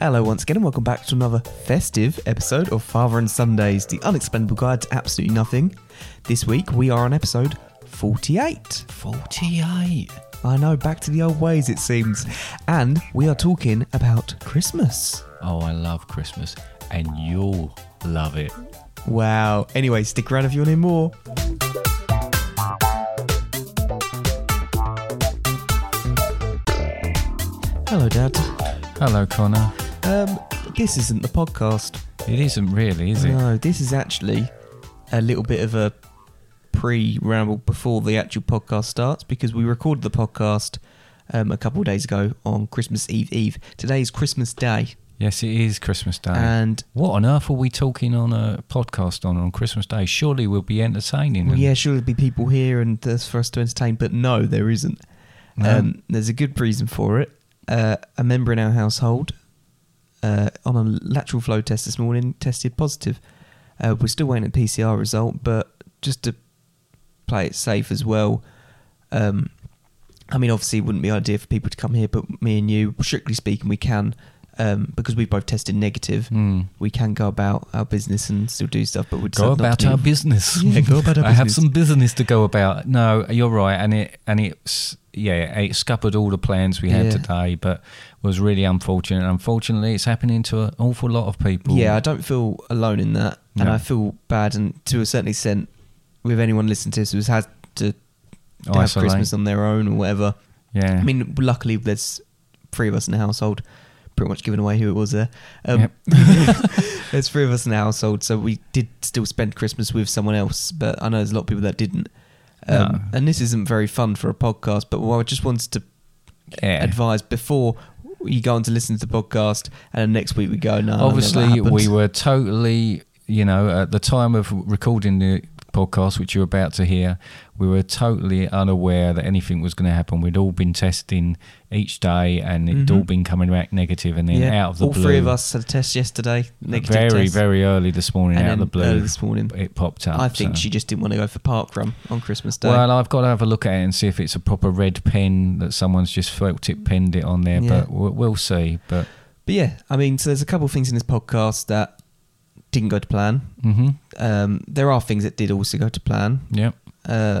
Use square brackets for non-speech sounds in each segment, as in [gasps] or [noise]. Hello, once again, and welcome back to another festive episode of Father and Sundays, the unexplainable guide to absolutely nothing. This week, we are on episode 48. 48. I know, back to the old ways, it seems. And we are talking about Christmas. Oh, I love Christmas. And you'll love it. Wow. Anyway, stick around if you want to hear more. Hello, Dad. Hello, Connor. Um, this isn't the podcast. It isn't really, is it? No, this is actually a little bit of a pre ramble before the actual podcast starts because we recorded the podcast um, a couple of days ago on Christmas Eve Eve. Today is Christmas Day. yes, it is Christmas Day. And- what on earth are we talking on a podcast on on Christmas Day? Surely we'll be entertaining. Well, and- yeah, sure, there'll be people here and there's for us to entertain, but no, there isn't. No. Um, there's a good reason for it. Uh, a member in our household uh, on a lateral flow test this morning tested positive. Uh, we're still waiting at PCR result, but just to play it safe as well. Um, I mean, obviously, it wouldn't be ideal for people to come here, but me and you, strictly speaking, we can um, because we've both tested negative. Hmm. We can go about our business and still do stuff, but we Go decided not about to do- our [laughs] business. Yeah, go about our I have business. some business to go about. No, you're right, and it and it's yeah, it scuppered all the plans we had Yeah. today, but was really unfortunate. And unfortunately, it's happening to an awful lot of people. Yeah, I don't feel alone in that, and No. I feel bad, and to a certain extent, with anyone listening to this who's had to have Isolate. Christmas on their own or whatever. yeah. I mean, luckily there's three of us in the household, pretty much giving away who it was there. Um, Yep. [laughs] there's three of us in the household, so we did still spend Christmas with someone else, but I know there's a lot of people that didn't. Um, No. And this isn't very fun for a podcast, but what I just wanted to Yeah. advise before you go on to listen to the podcast, and then next week we go, no, no, obviously that happened." we were totally you know at the time of recording the podcast which you're about to hear we were totally unaware that anything was going to happen we'd all been testing each day and it'd all been coming back negative and then out of the Mm-hmm. all blue three of us had a test yesterday. Negative very test. very early this morning And out of the then blue early this morning. it popped up I think so. she just didn't want to go for park run on Christmas Day. well, I've got to have a look at it and see if it's a proper red pen that someone's just felt it, pinned it on there. Yeah. But we'll, we'll see. But but yeah, I mean, so there's a couple of things in this podcast that didn't go to plan. hmm Um, there are things that did also go to plan. yeah, Uh,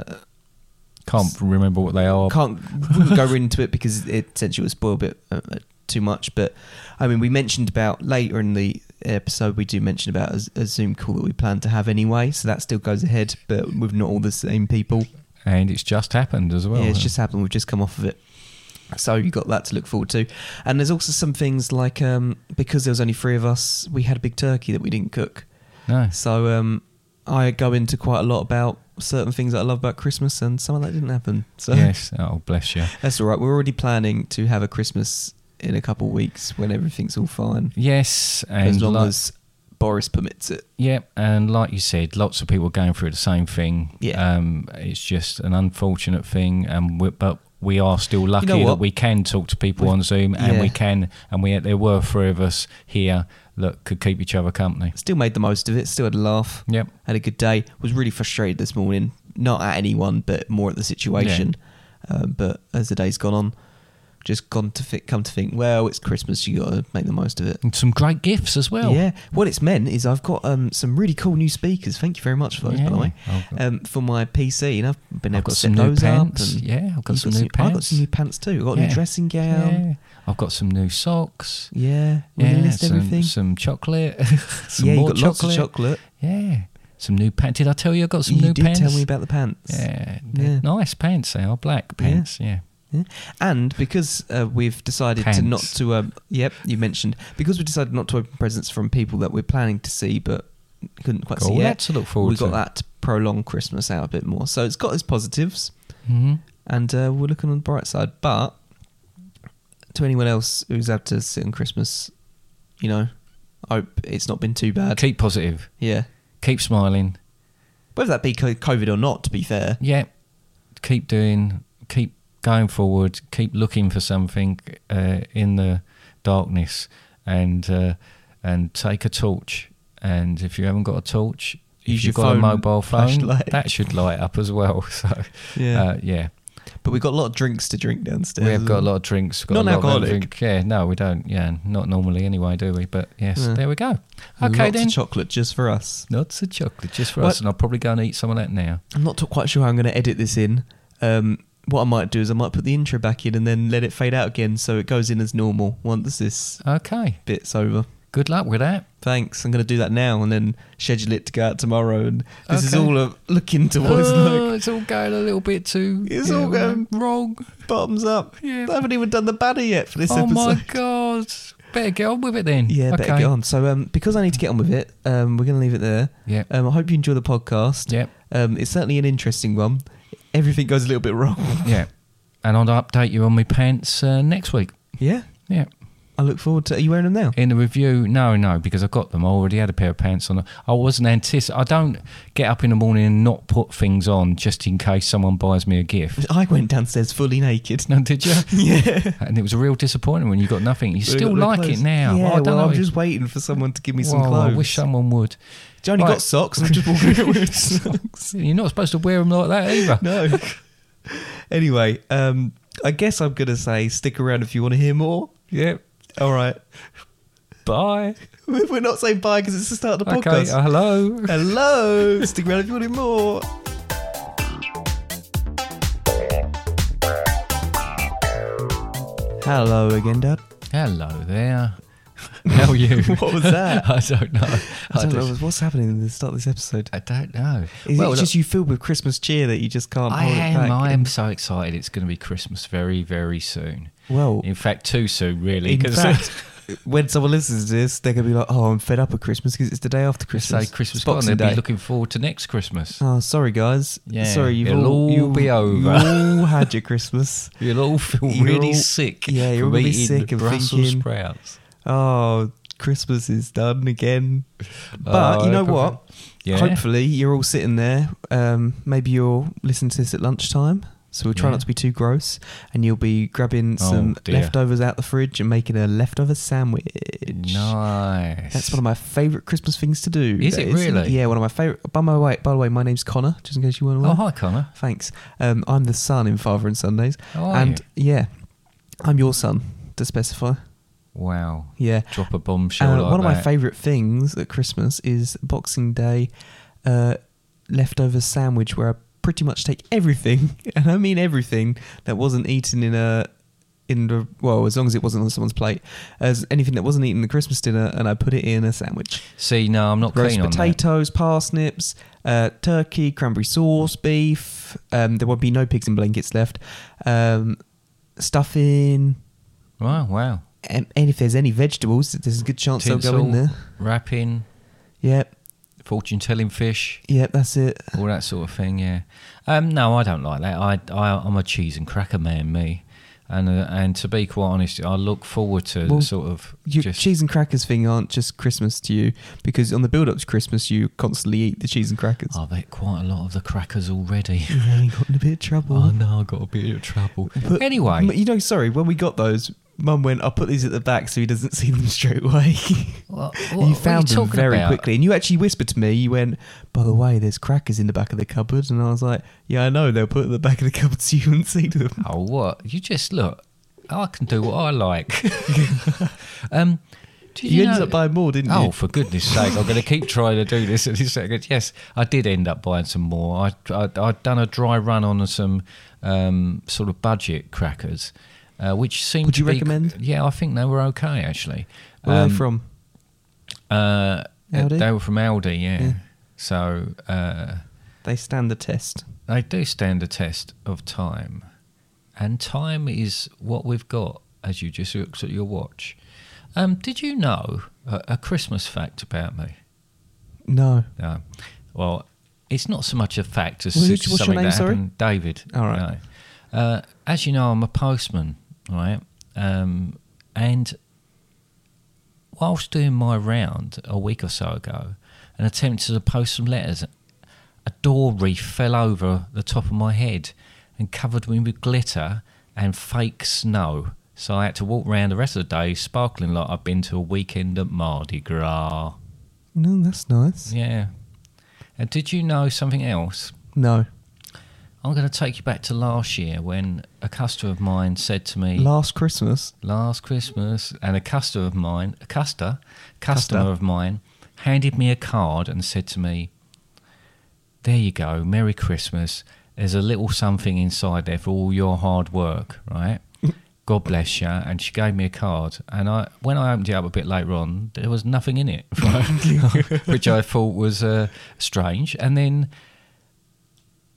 can't remember what they are. can't wouldn't go into it because it essentially would spoil a bit uh, uh, too much. But I mean, we mentioned about later in the episode, we do mention about a, a Zoom call that we plan to have anyway, so that still goes ahead, but with not all the same people. and it's just happened as well. uh, yeah, it's just happened. We've just come off of it. So you got that to look forward to. And there's also some things like um, because there was only three of us, we had a big turkey that we didn't cook. no. So um, I go into quite a lot about certain things that I love about Christmas, and some of that didn't happen. So Yes. Oh, bless you. [laughs] that's all right. We're already planning to have a Christmas in a couple of weeks when everything's all fine, Yes, and as long like, as Boris permits it. yeah, and like you said, lots of people going through the same thing. Yeah. um, it's just an unfortunate thing, and we but we are still lucky know that what? we can talk to people on Zoom, and yeah. we can, and we there were three of us here that could keep each other company. Still made the most of it. Still had a laugh. Yep. had a good day. Was really frustrated this morning, not at anyone, but more at the situation. Um, but as the day's gone on, just gone to fit, come to think, well, it's Christmas, you got to make the most of it. And some great gifts as well. Yeah. What it's meant is I've got um, some really cool new speakers. Thank you very much for those, by the Yeah. way. Oh, God. Um, for my PC, and I've been able I've got to some set new those pants. up. And Yeah, I've got you've some new I've got pants. some new pants too. I've got a Yeah. new dressing gown. Yeah. I've got some new socks. Yeah. We can list some, everything. some chocolate. [laughs] some yeah, you more got chocolate. lots of chocolate. Yeah. Some new pants. Did I tell you I got some you new did pants? tell me about the pants. yeah, Yeah. yeah. Nice pants, they are black pants. Yeah. Yeah. And because uh, we've decided to not Pants. to, um, yep, you mentioned because we decided not to open presents from people that we're planning to see, but couldn't quite Cool, see yet. that's to look forward we got to. that to prolong Christmas out a bit more, so it's got its positives, hmm and uh, we're looking on the bright side. But to anyone else who's had to sit on Christmas, you know, I hope it's not been too bad. Keep positive. yeah, Keep smiling. whether that be co- COVID or not, to be fair. Yeah. Keep doing. Keep going forward. Keep looking for something uh, in the darkness, and uh, and take a torch. And if you haven't got a torch, Use if you've your got phone a mobile phone, flashlight. that should light up as well. [laughs] So Yeah. uh, yeah. But we've got a lot of drinks to drink downstairs. We have got a lot of drinks. Got a lot of Non-alcoholic. everything. Yeah, no, we don't. Yeah, not normally anyway, do we? But yes, Yeah. there we go. Okay Lots then. of chocolate just for us. Lots of chocolate just for What- us, and I'll probably go and eat some of that now. I'm not t- quite sure how I'm going to edit this in. Um, what I might do is I might put the intro back in and then let it fade out again so it goes in as normal once this Okay. bit's over. Good luck with that. Thanks. I'm going to do that now and then schedule it to go out tomorrow. And this is Okay. all a looking towards Oh, like it's all going a little bit too. It's all going- wrong. bottoms up. Yeah. I haven't even done the banner yet for this Oh episode. my god! Better get on with it then. Yeah, okay. better get on. So, um, because I need to get on with it, um, we're going to leave it there. Yep. Um, I hope you enjoy the podcast. Yep. Um, it's certainly an interesting one. Everything goes a little bit wrong. [laughs] Yeah, and I'll update you on my pants uh, next week. yeah. Yeah. I look forward to. Are you wearing them now? in the review. No, no, because I got them. I already had a pair of pants on. I wasn't antici I don't get up in the morning and not put things on just in case someone buys me a gift. [laughs] I went downstairs fully naked. No, did you? [laughs] yeah. And it was a real disappointment when you got nothing. You Got still the like clothes. it now. Yeah, I don't well, know. I'm just waiting for someone to give me some Well, clothes. I wish someone would. Johnny Right. got socks. I'm just [laughs] walking around with socks. You're not supposed to wear them like that either. [laughs] No. anyway, um, I guess I'm gonna say stick around if you want to hear more. Yep. All right. [laughs] Bye. We're not saying bye because it's the start of the Okay. [laughs] podcast. [laughs] uh, hello. Hello. stick around if you want to hear more. Hello again, Dad. Hello there. How are you? [laughs] What was that? [laughs] I don't know. I, I don't just- know what's happening at the start of this episode. I don't know. Is Well, it look- just you filled with Christmas cheer that you just can't I hold it am. back? I am so excited. It's going to be Christmas very, very soon. [laughs] Well, In fact, too soon, really. in 'cause fact, when someone listens to this, they're going to be like, oh, I'm fed up with Christmas because it's the day after [laughs] say Christmas. Christmas It's gone, Boxing they'll Day. be looking forward to next Christmas. Oh, sorry, guys. Yeah, sorry, you've it'll all you'll be over. You all [laughs] had your Christmas. You'll all feel You're really all- sick. yeah, you're from all gonna be eating sick and Brussels thinking- sprouts. Oh, Christmas is done again. But Oh, you know okay. what? Yeah. Hopefully, you're all sitting there. Um, maybe you'll listen to this at lunchtime. So we'll try Yeah. not to be too gross, and you'll be grabbing Oh, some dear. leftovers out the fridge and making a leftover sandwich. Nice. That's one of my favourite Christmas things to do. Is That it really? Yeah, one of my favourite. By my way, by the way, my name's Connor. Just in case you weren't aware. Oh, hi, Connor. Thanks. Um, I'm the son in Father and Sundays. How Oh, are and yeah, I'm your son to specify. Wow. Yeah. Drop a bombshell. Uh, like one of my that. favourite things at Christmas is Boxing Day uh, leftover sandwich, where I pretty much take everything, [laughs] and I mean everything that wasn't eaten in a in the well, as long as it wasn't on someone's plate, as anything that wasn't eaten at Christmas dinner, and I put it in a sandwich. See, no, I'm not Roast keen on that. potatoes, parsnips, uh, turkey, cranberry sauce, beef. Um, there won't be no pigs in blankets left. Um, stuffing. Wow, wow. And, and if there's any vegetables, there's a good chance they'll go in Tinsel, there. Wrapping, Yep, fortune telling fish. yep, that's it. all that sort of thing. Yeah. Um, no, I don't like that. I, I I'm a cheese and cracker man, me. And uh, and to be quite honest, I look forward to Well, sort of Your just cheese and crackers thing aren't just Christmas to you because on the build up to Christmas, you constantly eat the cheese and crackers. I've ate quite a lot of the crackers [laughs] already. Yeah, you got in a bit of trouble. oh no, [laughs] I got a bit of trouble. But- anyway, M- you know, sorry, when we got those, Mum went, I'll put these at the back so he doesn't [laughs] see them straight away. [laughs] what, And what- you what are you found them talking very about? quickly. And you actually whispered to me, you went, By the way, there's crackers in the back of the cupboard. [laughs] And I was like, Yeah, I know, they'll put it at the back of the cupboard so you wouldn't see them. Oh what? You just look. I can do what [laughs] I like. [laughs] um, did You, know- ended up buying more, didn't you? Oh, for goodness sake, I'm going to keep trying to do this at this second. Yes, I did end up buying some more. I, I, I'd done a dry run on some um, sort of budget crackers, uh, which seemed Would to you be- recommend? Yeah, I think they were okay, actually. Where are they Um, from? Uh, Aldi? They were from Aldi, yeah. Yeah. So uh, They stand the test. they do stand a test of time. And time is what we've got as you just looked at your watch. Um, did you know a, a Christmas fact about me? No. No. Well, it's not so much a fact as Well, who's- it's what's your something name, that sorry? happened. David. All right. no. Uh, as you know, I'm a postman, right? Um, and whilst doing my round a week or so ago and attempted to post some letters, a door reef fell over the top of my head and covered me with glitter and fake snow. So I had to walk round the rest of the day sparkling like I've been to a weekend at Mardi Gras. No, that's nice. Yeah. And did you know something else? No. I'm going to take you back to last year when a customer of mine said to me Last Christmas. last Christmas, and a customer of mine, a custer, customer Custer. of mine, handed me a card and said to me, "There you go, Merry Christmas. There's a little something inside there for all your hard work, right? God bless you." And she gave me a card, and I, when I opened it up a bit later on, there was nothing in it, [laughs] right? which I thought was uh, strange. And then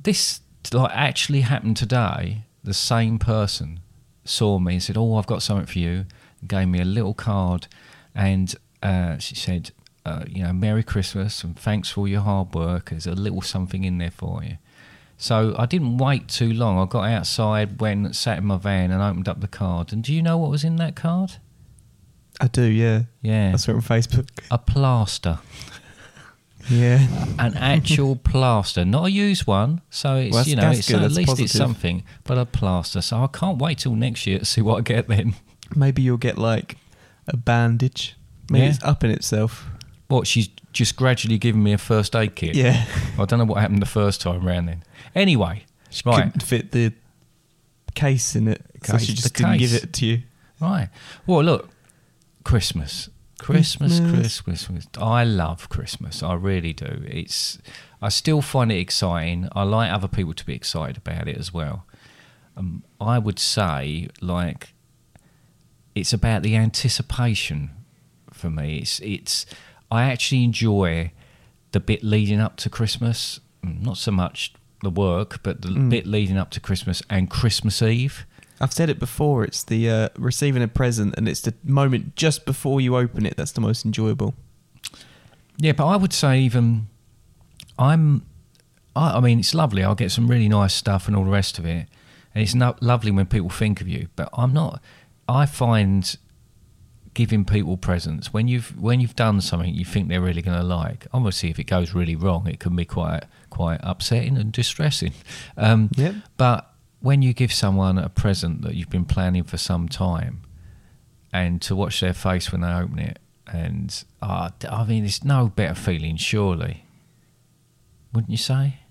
this like actually happened today. The same person saw me and said, "Oh, I've got something for you." Gave me a little card, and uh, she said, uh, "You know, Merry Christmas and thanks for all your hard work. There's a little something in there for you." So I didn't wait too long. I got outside, went, sat in my van, and opened up the card. And do you know what was in that card? I do, yeah. Yeah, I saw it on Facebook. a plaster. Yeah. [laughs] an actual plaster, not a used one. So it's Well, that's- you know, that's it's good, at that's least it's positive. something, but a plaster. So I can't wait till next year to see what I get then. [laughs] Maybe you'll get like a bandage. Maybe Yeah. it's up in itself. What she's just gradually giving me a first aid kit. Yeah. [laughs] I don't know what happened the first time round then. Anyway, right, Couldn't fit the case in it. so Case, she the just didn't give case. it to you. right. Well, look, Christmas. Christmas, Christmas. Christmas, Christmas. I love Christmas. I really do. It's. I still find it exciting. I like other people to be excited about it as well. Um, I would say, like, it's about the anticipation for me. It's it's I actually enjoy the bit leading up to Christmas, Mm, not so much the work, but the bit leading up to Christmas and Christmas Eve. I've said it before. It's the uh, receiving a present, and it's the moment just before you open it that's the most enjoyable. Yeah, but I would say even I'm. I, I mean, it's lovely. I'll get some really nice stuff and all the rest of it, and it's no, lovely when people think of you. But I'm not. I find giving people presents when you've when you've done something you think they're really going to like. Obviously, if it goes really wrong, it can be quite quite upsetting and distressing. [laughs] Um, Yep. But when you give someone a present that you've been planning for some time, and to watch their face when they open it. And uh, I mean, there's no better feeling, surely, wouldn't you say?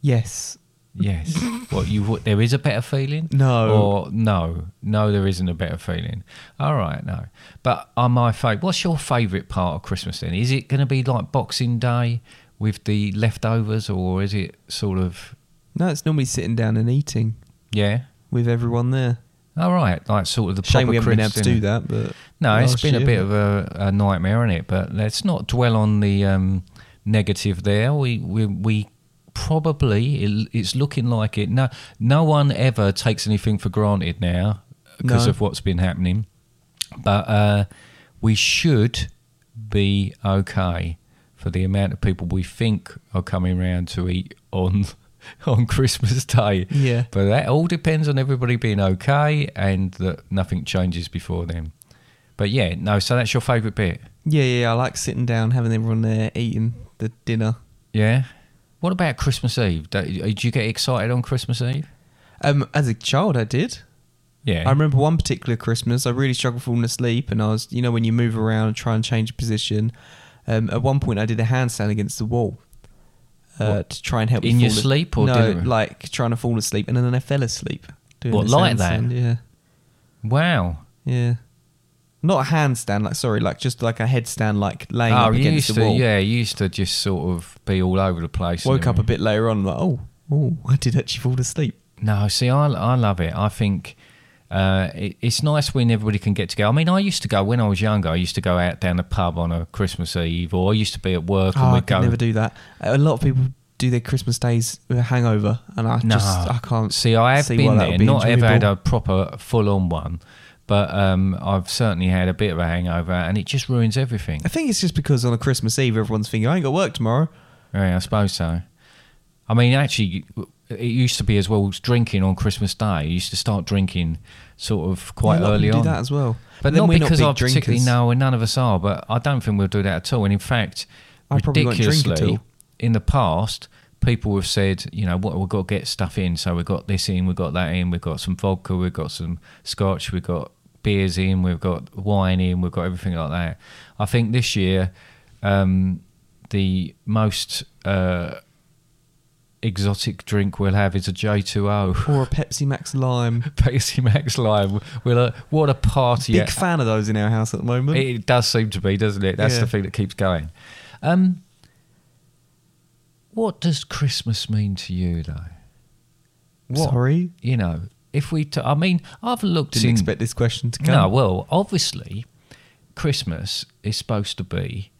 Yes. [laughs] Yes. what you? What, there is a better feeling? No. Or no, no, there isn't a better feeling. All right, no. But on my favourite, what's your favourite part of Christmas then? Is it going to be like Boxing Day with the leftovers, or is it sort of No, it's normally sitting down and eating yeah? with everyone there. All right, like sort of the Shame proper we haven't been able Chris to dinner. do that, but No, it's last been a year- bit of a, a nightmare, isn't it? But let's not dwell on the um, negative there. We we, we probably it, it's looking like it. No, no one ever takes anything for granted now because No. of what's been happening. But uh, we should be okay for the amount of people we think are coming round to eat on [laughs] on Christmas Day. Yeah. But that all depends on everybody being okay and that nothing changes before then. But yeah, no, so that's your favourite bit. Yeah, yeah, I like sitting down, having everyone there eating the dinner. Yeah. What about Christmas Eve? Do, do you get excited on Christmas Eve? Um, as a child, I did. Yeah. I remember one particular Christmas, I really struggled falling asleep, and I was, you know, when you move around and try and change position. Um, at one point, I did a handstand against the wall uh, to try and help me In your fall a- sleep or no, did it- like trying to fall asleep, and then I fell asleep doing What, this like that? handstand, Yeah, Wow. yeah. Not a handstand, like sorry, like just like a headstand, like laying oh, up you against used the to, wall. yeah, you used to just sort of be all over the place. and Woke up a everything. bit later on, like oh, oh, [laughs] I did actually fall asleep. No, see, I, I love it. I think uh, it, it's nice when everybody can get together. I mean, I used to go when I was younger. I used to go out down the pub on a Christmas Eve, or I used to be at work and Oh, I we'd could go. never do that. A lot of people do their Christmas days with a hangover, and I No, just I can't see. I have see why been that there, would be not ever had enjoyable. a proper full-on one, but um, I've certainly had a bit of a hangover, and it just [laughs] ruins everything. I think it's just because on a Christmas Eve, everyone's thinking, I ain't got work tomorrow. Yeah, I suppose so. I mean, actually, it used to be as well as drinking on Christmas Day. You used to start drinking sort of quite Yeah, a lot of early them do on. that as well. But And then not we're not because big I particularly drinkers. know, and Oh, none of us are, but I don't think we'll do that at all. And in fact, I probably won't drink at ridiculously, all. in the past, people have said, you know, what we've got to get stuff in. So we've got this in, we've got that in, we've got some vodka, we've got some scotch, we've got beers in, we've got wine in, we've got everything like that. I think this year, um, the most uh, exotic drink we'll have is a J2O. Or a [sighs] Pepsi Max Lime. [laughs] Pepsi Max Lime. We'll, uh, what a party! Big at- fan of those in our house at the moment. it does seem to be, doesn't it? That's Yeah. the thing that keeps going. Um, what does Christmas mean to you, though? What- Sorry, You know, if we, t- I mean, I've looked didn't in- expect this question to come. No, well, obviously, Christmas is supposed to be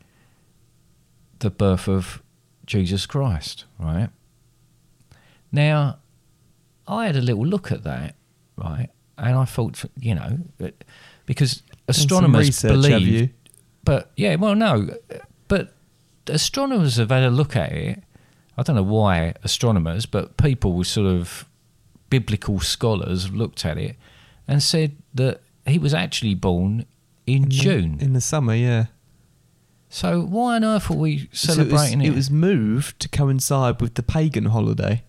the birth of Jesus Christ, right? Now, I had a little look at that, right, and I thought, you know, that- because some astronomers research, have believe, you? but yeah, well, no, but astronomers have had a look at it. I don't know why astronomers, but people with sort of biblical scholars have looked at it and said that he was actually born in, June. in the summer, yeah. so why on earth are we So celebrating it, was, it? it was moved to coincide with the pagan holiday.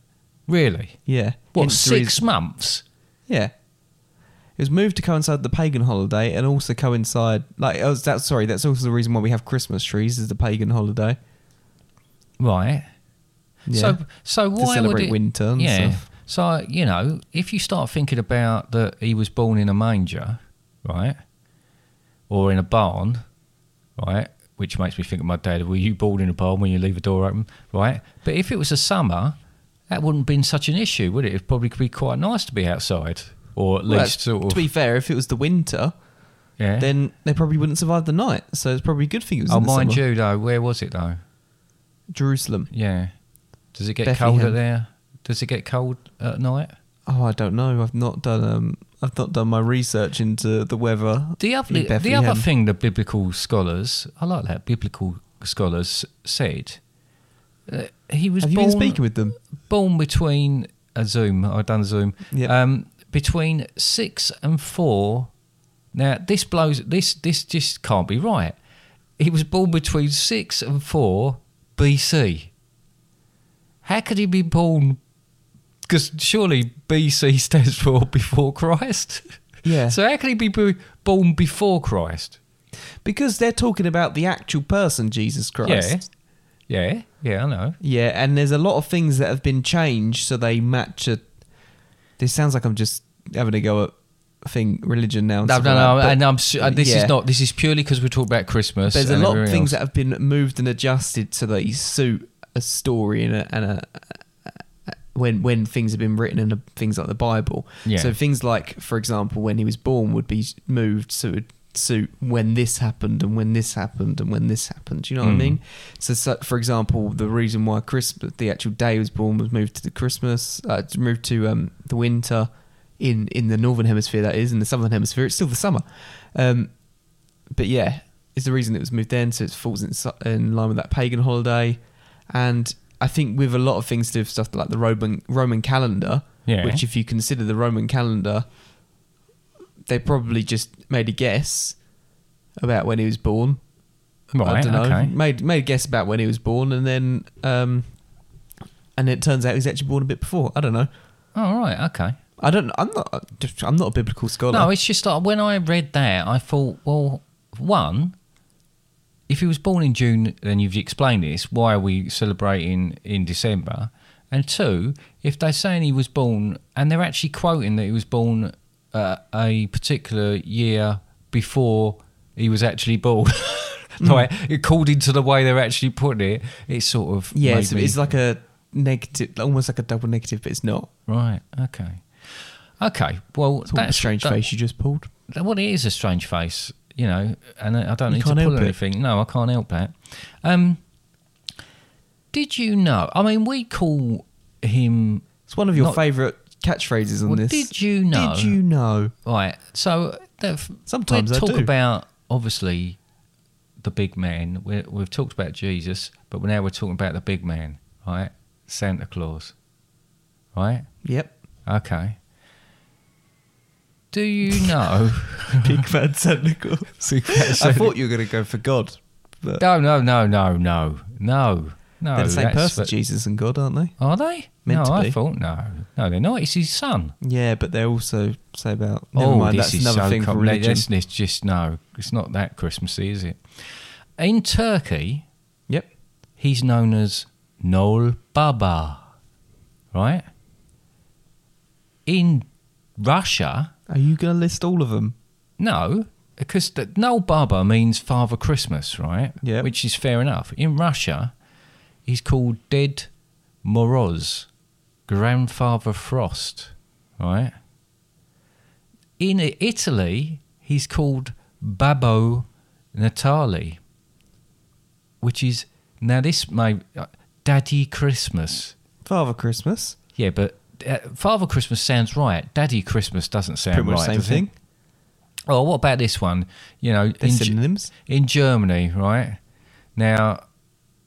really Yeah. what Hence the reason- six months? Yeah. It was moved to coincide with the pagan holiday and also coincide like oh that sorry, that's also the reason why we have Christmas trees is the pagan holiday. Right. Yeah. So so why would celebrate it, winter and yeah. stuff. So you know, if you start thinking about that he was born in a manger, right, or in a barn, right, which makes me think of my dad. Were you born in a barn when you leave a door open, right? But if it was a summer, that wouldn't have been such an issue, would it? It'd probably be quite nice to be outside, or at Well, least sort of to be fair, if it was the winter, yeah. then they probably wouldn't survive the night. So it's probably a good thing it was oh, in the mind summer. you though, where was it though? Jerusalem. Yeah. Does it get Bethlehem. colder there? Does it get cold at night? Oh, I don't know. I've not done um I've not done my research into the weather. The in other, the Bethlehem. other thing the biblical er- scholars, I like that, biblical scholars said, uh, he was Have you born, been speaking with them? born between a Zoom, I've done Zoom, Yep. um, between six and four. Now, this blows, this, this just can't be right. He was born between six and four BC. How could he be born? Because surely BC [laughs] stands for before Christ. Yeah. So how can he be bo- born before Christ? Because they're talking about the actual person, Jesus Christ. Yeah. Yeah. Yeah. I know. Yeah, and there's a lot of things that have been changed so they match a. This sounds like I'm just having a go at thing religion now. and No, stuff no, like no. that, but and I'm. su- uh, This yeah. is not. This is purely because we're talking about Christmas. There's a and lot of everything things that else. have been moved and adjusted so they suit a story and a, and a, when when things have been written in the- things like the Bible. Yeah. So things like, for example, when he was born would be moved so it would suit when this happened and when this happened and when this happened. Do you know Hmm. what I mean? So, so, for example, the reason why Christmas, the actual day he was born, was moved to the Christmas, uh, it's moved to um, the winter in in the northern hemisphere. That is in the southern hemisphere. It's still the summer. Um, but yeah, it's the reason it was moved then, so it falls in, su- in line with that pagan holiday. And I think with a lot of things to do with stuff like the Roman Roman calendar, Yeah. which if you consider the Roman calendar, they probably just made a guess about when he was born. I Right. don't know. Okay. Made made a guess about when he was born, and then um, and it turns out he was actually born a bit before. I don't know. All Oh, right. Okay. I don't. I'm not. I'm not a biblical scholar. No, it's just like when I read that, I thought, well, one, if he was born in June, then you've explained this. Why are we celebrating in December? And two, if they're saying he was born, and they're actually quoting that he was born uh, a particular year before he was actually born, [laughs] Hmm. like according to the way they're actually putting it, it's sort of Yeah, it's, made me- it's like a negative, almost like a double negative, but it's not. right, okay, okay. Well, It's all a that's strange that- face you just pulled. that- well, it is a strange face, you know, and I I don't You need to can't pull help it. anything. No, I can't help that. Um, did you know? I mean, we call him It's one of your Not- favourite catchphrases on Well, this. did you know? Did you know? right. So that- Sometimes we I talk do. about obviously the big man. we we've talked about Jesus, but now we're talking about the big man, right? Santa Claus, right? Yep. Okay. Do [laughs] you know? [laughs] Big man Santa [laughs] Claus. I thought you were going to go for God. But no, no, no, no, no, no, no. they're the same that's- person, but- Jesus and God, aren't they? Are they? Meant no, to I be. thought no, no, they're not. It's his son. Yeah, but they're also say about. Never oh, mind, this that's is another so thing for com- religion. That's, that's just no. It's not that Christmassy, is it? In Turkey, Yep. he's known as Noel Baba, right? In Russia, Are you going to list all of them? no, because the, Noel Baba means Father Christmas, right? Yeah. Which is fair enough. In Russia, he's called Dead Moroz, Grandfather Frost, right? In I- Italy, he's called Babbo Natale, which is now this may uh, Daddy Christmas. Father Christmas. Yeah, but uh, Father Christmas sounds right. Daddy Christmas doesn't sound Pretty much right. same does it? thing. Oh, what about this one? You know, They're in, Ge- synonyms. in Germany, right? Now,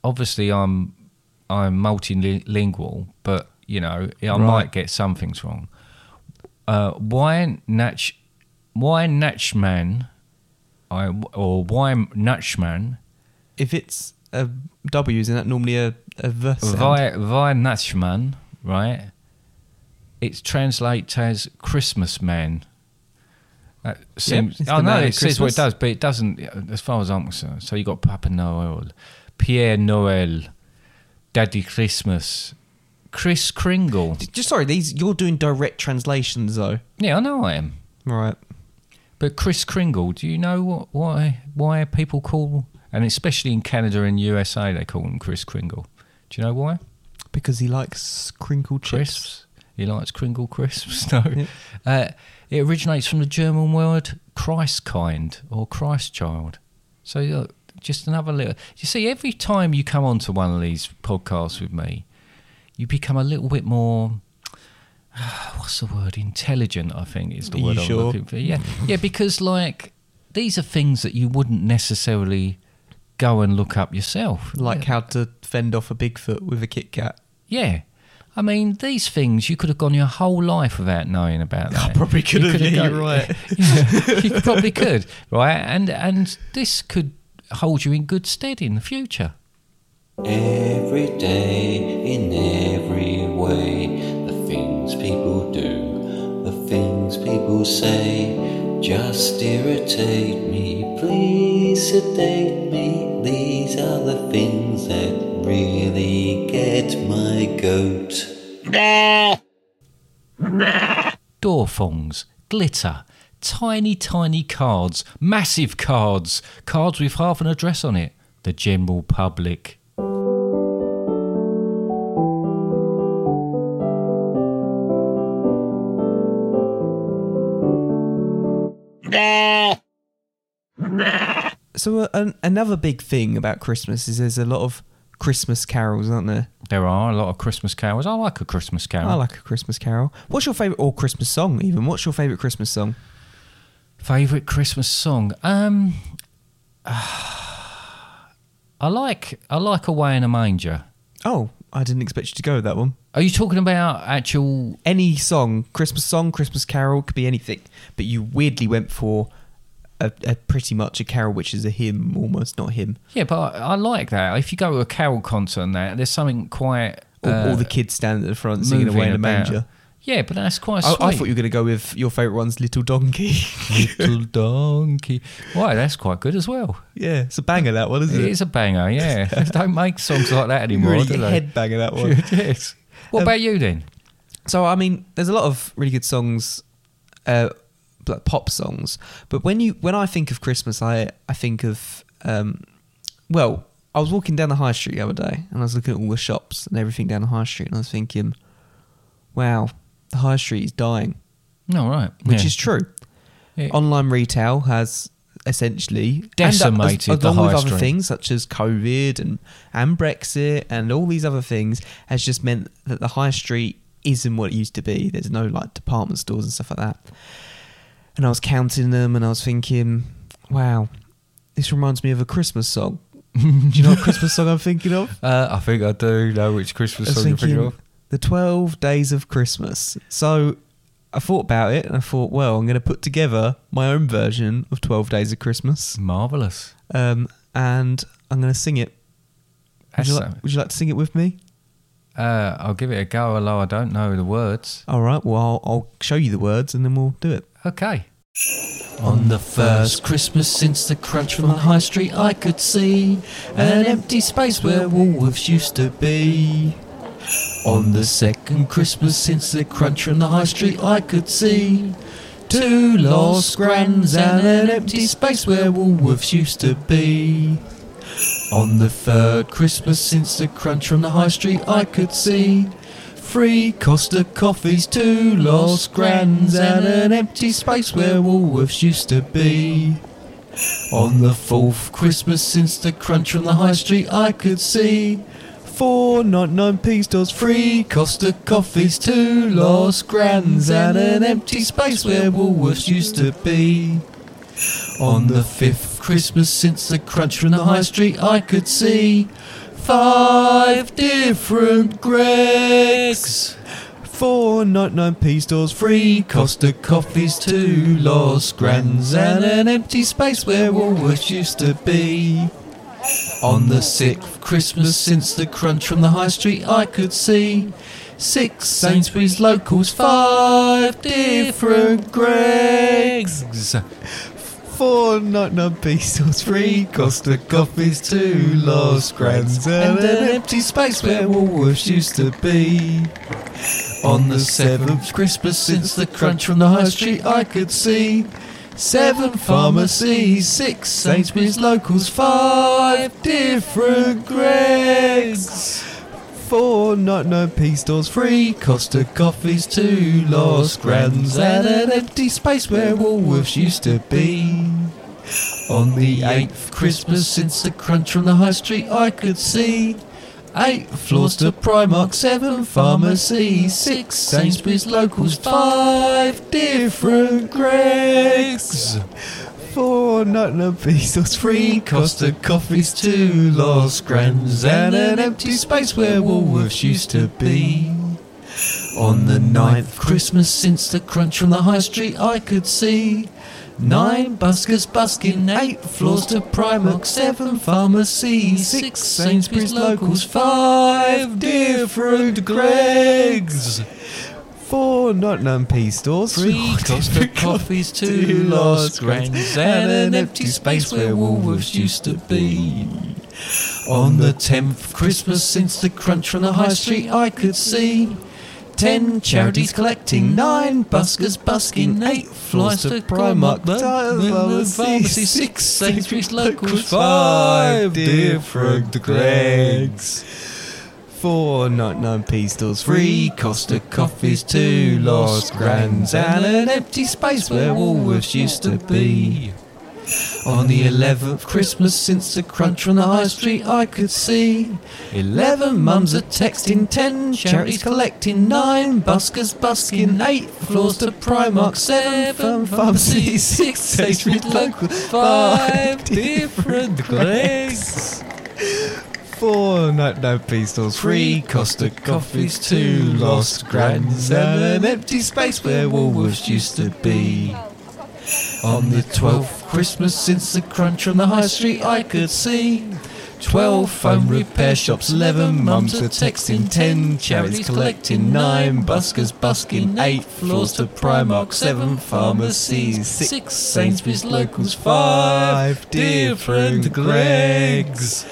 obviously, I'm I'm multilingual, but you know, I might get some things wrong. Uh, why Natch? Why Natchman? I or why Natchman? If it's a W, isn't that normally a, a V sound? Why why Natchman? Right? It translates as Christmas man. That seems. it's oh the no, man it at says what it Christmas. does, but it doesn't. uh, As far as I'm concerned, so you got Papa Noel, Pierre Noel, Daddy Christmas, Chris Kringle. Just sorry, these you're doing direct translations though. Yeah, I know I am. Right. But Chris Kringle, do you know what, why why people call and especially in Canada and USA they call him Chris Kringle? Do you know why? Because he likes crinkled chips. crisps. He likes Kringle crisps. [laughs] No, uh, it originates from the German word Christkind or Christ child. So uh, just another little. You see, every time you come onto one of these podcasts with me, you become a little bit more. [sighs] What's the word? Intelligent, I think, is the Are you word I'm sure? looking for. Yeah, yeah, because like these are things that you wouldn't necessarily go and look up yourself. Like how to fend off a Bigfoot with a Kit Kat. Yeah. I mean, these things you could have gone your whole life without knowing about that. probably could You have, yeah, you're right. [laughs] Yeah, you probably could, right? And and this could hold you in good stead in the future. Every day, in every way, the things people do, the things people say, just irritate me, please sedate me. These are the things that really get my goat. Door thongs, glitter, tiny, tiny cards, massive cards, cards with half an address on it. The general public. So uh, an, another big thing about Christmas is there's a lot of Christmas carols, aren't there? There are a lot of Christmas carols. I like a Christmas carol. I like a Christmas carol. What's your favourite or Christmas song even? What's your favourite Christmas song? Favorite Christmas song? Um, [sighs] I like I like Away in a Manger. Oh, I didn't expect you to go with that one. Are you talking about actual? Any song, Christmas song, Christmas carol, could be anything. But you weirdly went for a, a pretty much a carol which is a hymn, almost not hymn. Yeah, but I, I like that. If you go to a carol concert and that, there's something quite All, uh, all the kids standing at the front singing moving away in a about. manger. Yeah, but that's quite I, sweet. I thought you were going to go with your favourite one's Little Donkey. [laughs] little donkey. Why, that's quite good as well. [laughs] yeah, it's a banger that one, It isn't it? [laughs] [laughs] is a banger. Yeah, they don't make songs like that anymore, really do they? [laughs] headbanger that one. yes. What Um, about you then? So I mean, there's a lot of really good songs, uh, like pop songs. But when you when I think of Christmas, I I think of um, well, I was walking down the high street the other day, and I was looking at all the shops and everything down the high street, and I was thinking, wow, the high street is dying, No, right. which Yeah. is true. Yeah. Online retail has essentially Decimated and, uh, as- the along with high other street. things such as COVID and and Brexit and all these other things has just meant that the high street isn't what it used to be. There's no like department stores and stuff like that. And I was counting them and I was thinking, wow, this reminds me of a Christmas song. Do you know what Christmas song I'm thinking of? Uh, I think I do know which I Christmas was song you're thinking, thinking of. the 12 days of Christmas. So I thought about it and I thought, well, I'm going to put together my own version of 12 days of Christmas Marvelous. um, and I'm going to sing it. Would you, like, would you like to sing it with me? Uh, I'll give it a go, although I don't know the words. All right, well, I'll, I'll show you the words and then we'll do it. Okay. On the first Christmas since the crunch from the high street, I could see an empty space where Woolworths used to be. On the second Christmas since the crunch from the high street, I could see two lost grands and an empty space where Woolworths used to be. On the third Christmas since the crunch from the high street, I could see three Costa coffees, two lost grands, and an empty space where Woolworths used to be. On the fourth Christmas since the crunch from the high street, I could see Four ninety nine p stores three Costa coffees, two lost grands, and an empty space where Woolworths used to be. On the fifth Christmas since the crunch from the high street, I could see five different Gregs. Four ninety nine p stores Three Costa coffees, two lost grands, and an empty space where Woolworths used to be. On the sixth Christmas since the crunch from the high street, I could see six Sainsbury's locals, five different Gregs. Four ninety nine p stores Three Costa coffees, two lost grands, and an empty space where Woolworths used to be. On the seventh Christmas since the crunch from the high street, I could see seven pharmacies, six Sainsbury's locals, five different Gregs. Four ninety nine p stores Three Costa coffees, two lost grands, and an empty space where Woolworths used to be. On the eighth Christmas since the crunch from the high street, I could see eight floors to Primark, seven pharmacies, six Sainsbury's locals, five different Gregs. Four ninety nine p stores Three Costa coffees, two lost grands, and an empty space where Woolworths used to be. On the ninth Christmas since the crunch from the high street, I could see nine buskers busking, eight floors to Primark, seven pharmacies, six Sainsbury's locals, five different Gregs. Four ninety nine p stores Three Costa coffees, two lost grands, and an empty space where Woolworths used to be. On the tenth Christmas since the crunch from the high street, I could see ten charities collecting, nine buskers busking, eight flies to Primark, the the pharmacy, six Sainsbury's locals, five different Gregs. Four ninety nine p stores Three Costa coffees, two lost grands, and an empty space where Woolworths used to be. On the 11th Christmas, since the crunch from the high street, I could see 11 mums are texting, 10 charities collecting, 9 buskers busking, 8 floors to Primark, 7 pharmacies, [laughs] 6 Sainsbury's local, 5 different Greggs. Four ninety nine p stores Three Costa coffees, two lost grands, and an empty space where Woolworths used to be. On the twelfth Christmas, since the crunch on the high street, I could see. Twelve phone repair shops, eleven mums were texting, ten charities collecting, nine buskers busking, eight floors to Primark, seven pharmacies, six Sainsbury's locals, five different Gregs.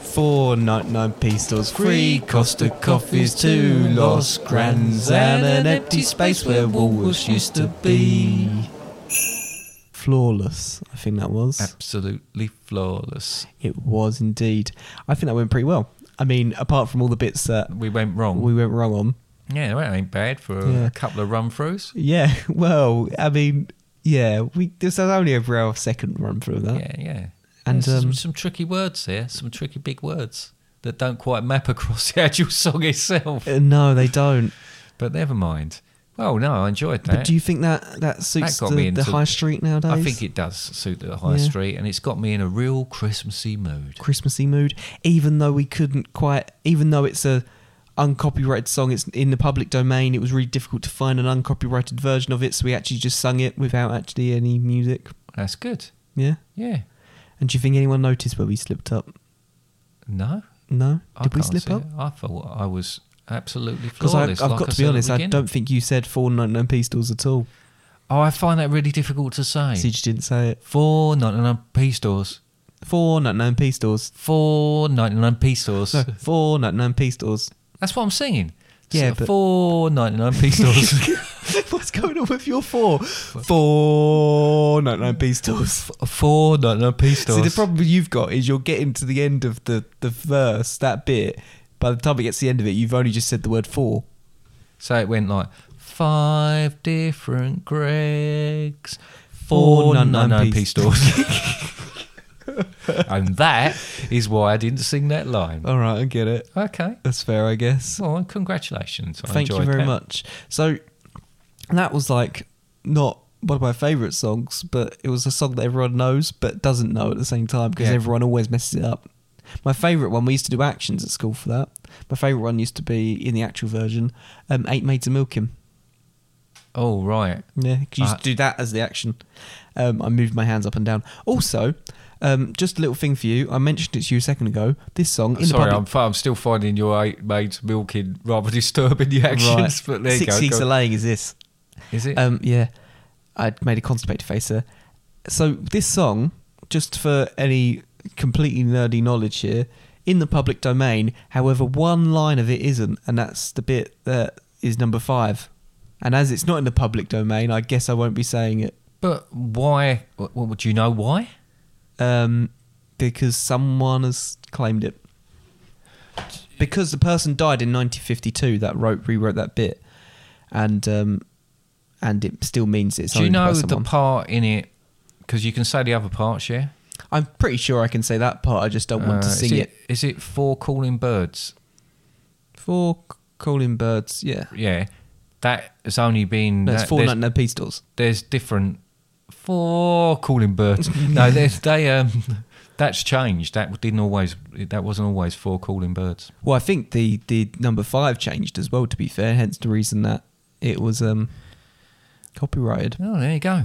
Four ninety nine p stores Free Costa coffees, two lost grands, and an empty space where Woolworths used to be. Flawless, I think that was. Absolutely flawless. It was indeed. I think that went pretty well. I mean, apart from all the bits that We went wrong. we went wrong on. yeah, that ain't bad for a- Yeah. a couple of run throughs. Yeah, [laughs] well, I mean, yeah, we this was only over our second run through of that. Yeah, yeah. And, There's some, um, some tricky words there, some tricky big words that don't quite map [laughs] across the actual song itself. Uh, no, they don't. But never mind. Well, no, I enjoyed that. But do you think that that suits got me the, the into- high street nowadays? I think it does suit the high Yeah. street, and it's got me in a real Christmassy mood. Christmassy mood, even though we couldn't quite, even though it's a uncopyrighted song, it's in the public domain. It was really difficult to find an uncopyrighted version of it, so we actually just sung it without actually any music. That's good. Yeah. Yeah. And do you think anyone noticed where we slipped up? No. No. I Did we can't slip see up? it. I thought I was absolutely Because flawless. I've like got to said be at the honest, I beginning. don't think you said four ninety nine pistols at all. Oh, I find that really difficult to say. So you just didn't say it. Four ninety nine p stores. Four ninety nine pistols. Four ninety nine p stores. No, four ninety nine pistols. That's what I'm singing. Yeah, so but- four ninety nine p [laughs] stores. [laughs] [laughs] What's going on with your four? Four ninety nine pistols. four ninety nine p stores. See, the problem you've got is you're getting to the end of the, the verse, that bit. By the time it gets to the end of it, you've only just said the word four. So it went like five different Gregs, Four four non-non non non piece piece stores. [laughs] [laughs] and that is why I didn't sing that line. All right, I get it. Okay. That's fair, I guess. Well, and congratulations. I Thank you enjoyed very that. much. So that was like not one of my favourite songs, but it was a song that everyone knows but doesn't know at the same time because Yeah. everyone always messes it up. My favourite one, we used to do actions at school for that. My favourite one used to be in the actual version, um, Eight Maids of Milking. Oh, right. Yeah, 'cause you used Uh, to do that as the action. Um, I moved my hands up and down. Also, um, just a little thing for you. I mentioned it to you a second ago. This song in Uh, Sorry, the I'm, public. fi- I'm still finding your eight maids milking rather [laughs] disturbing the [laughs] actions, but there Six you weeks a go. go. laying is this. Is it? Um, yeah, I made a constipated face there. So this song, just for any completely nerdy knowledge here, in the public domain. However, one line of it isn't, and that's the bit that is number five. And as it's not in the public domain, I guess I won't be saying it. but why? What, what, do you know why? um, because someone has claimed it. Because the person died in 1952 that wrote rewrote that bit, and um, and it still means it's. Do you owned by know the someone. part in it? Because you can say the other parts, yeah? I'm pretty sure I can say that part. I just don't want to Uh, sing is it. Is it for calling birds? Four c- calling birds. Yeah, Yeah, that has only been. no, it's that- four there's, nine pistols. there's different for [laughs] calling birds. no, there's they um. [laughs] That's changed. That didn't always. That wasn't always for calling birds. Well, I think the the number five changed as well. To be fair, hence the reason that it was um copyrighted. Oh, there you go.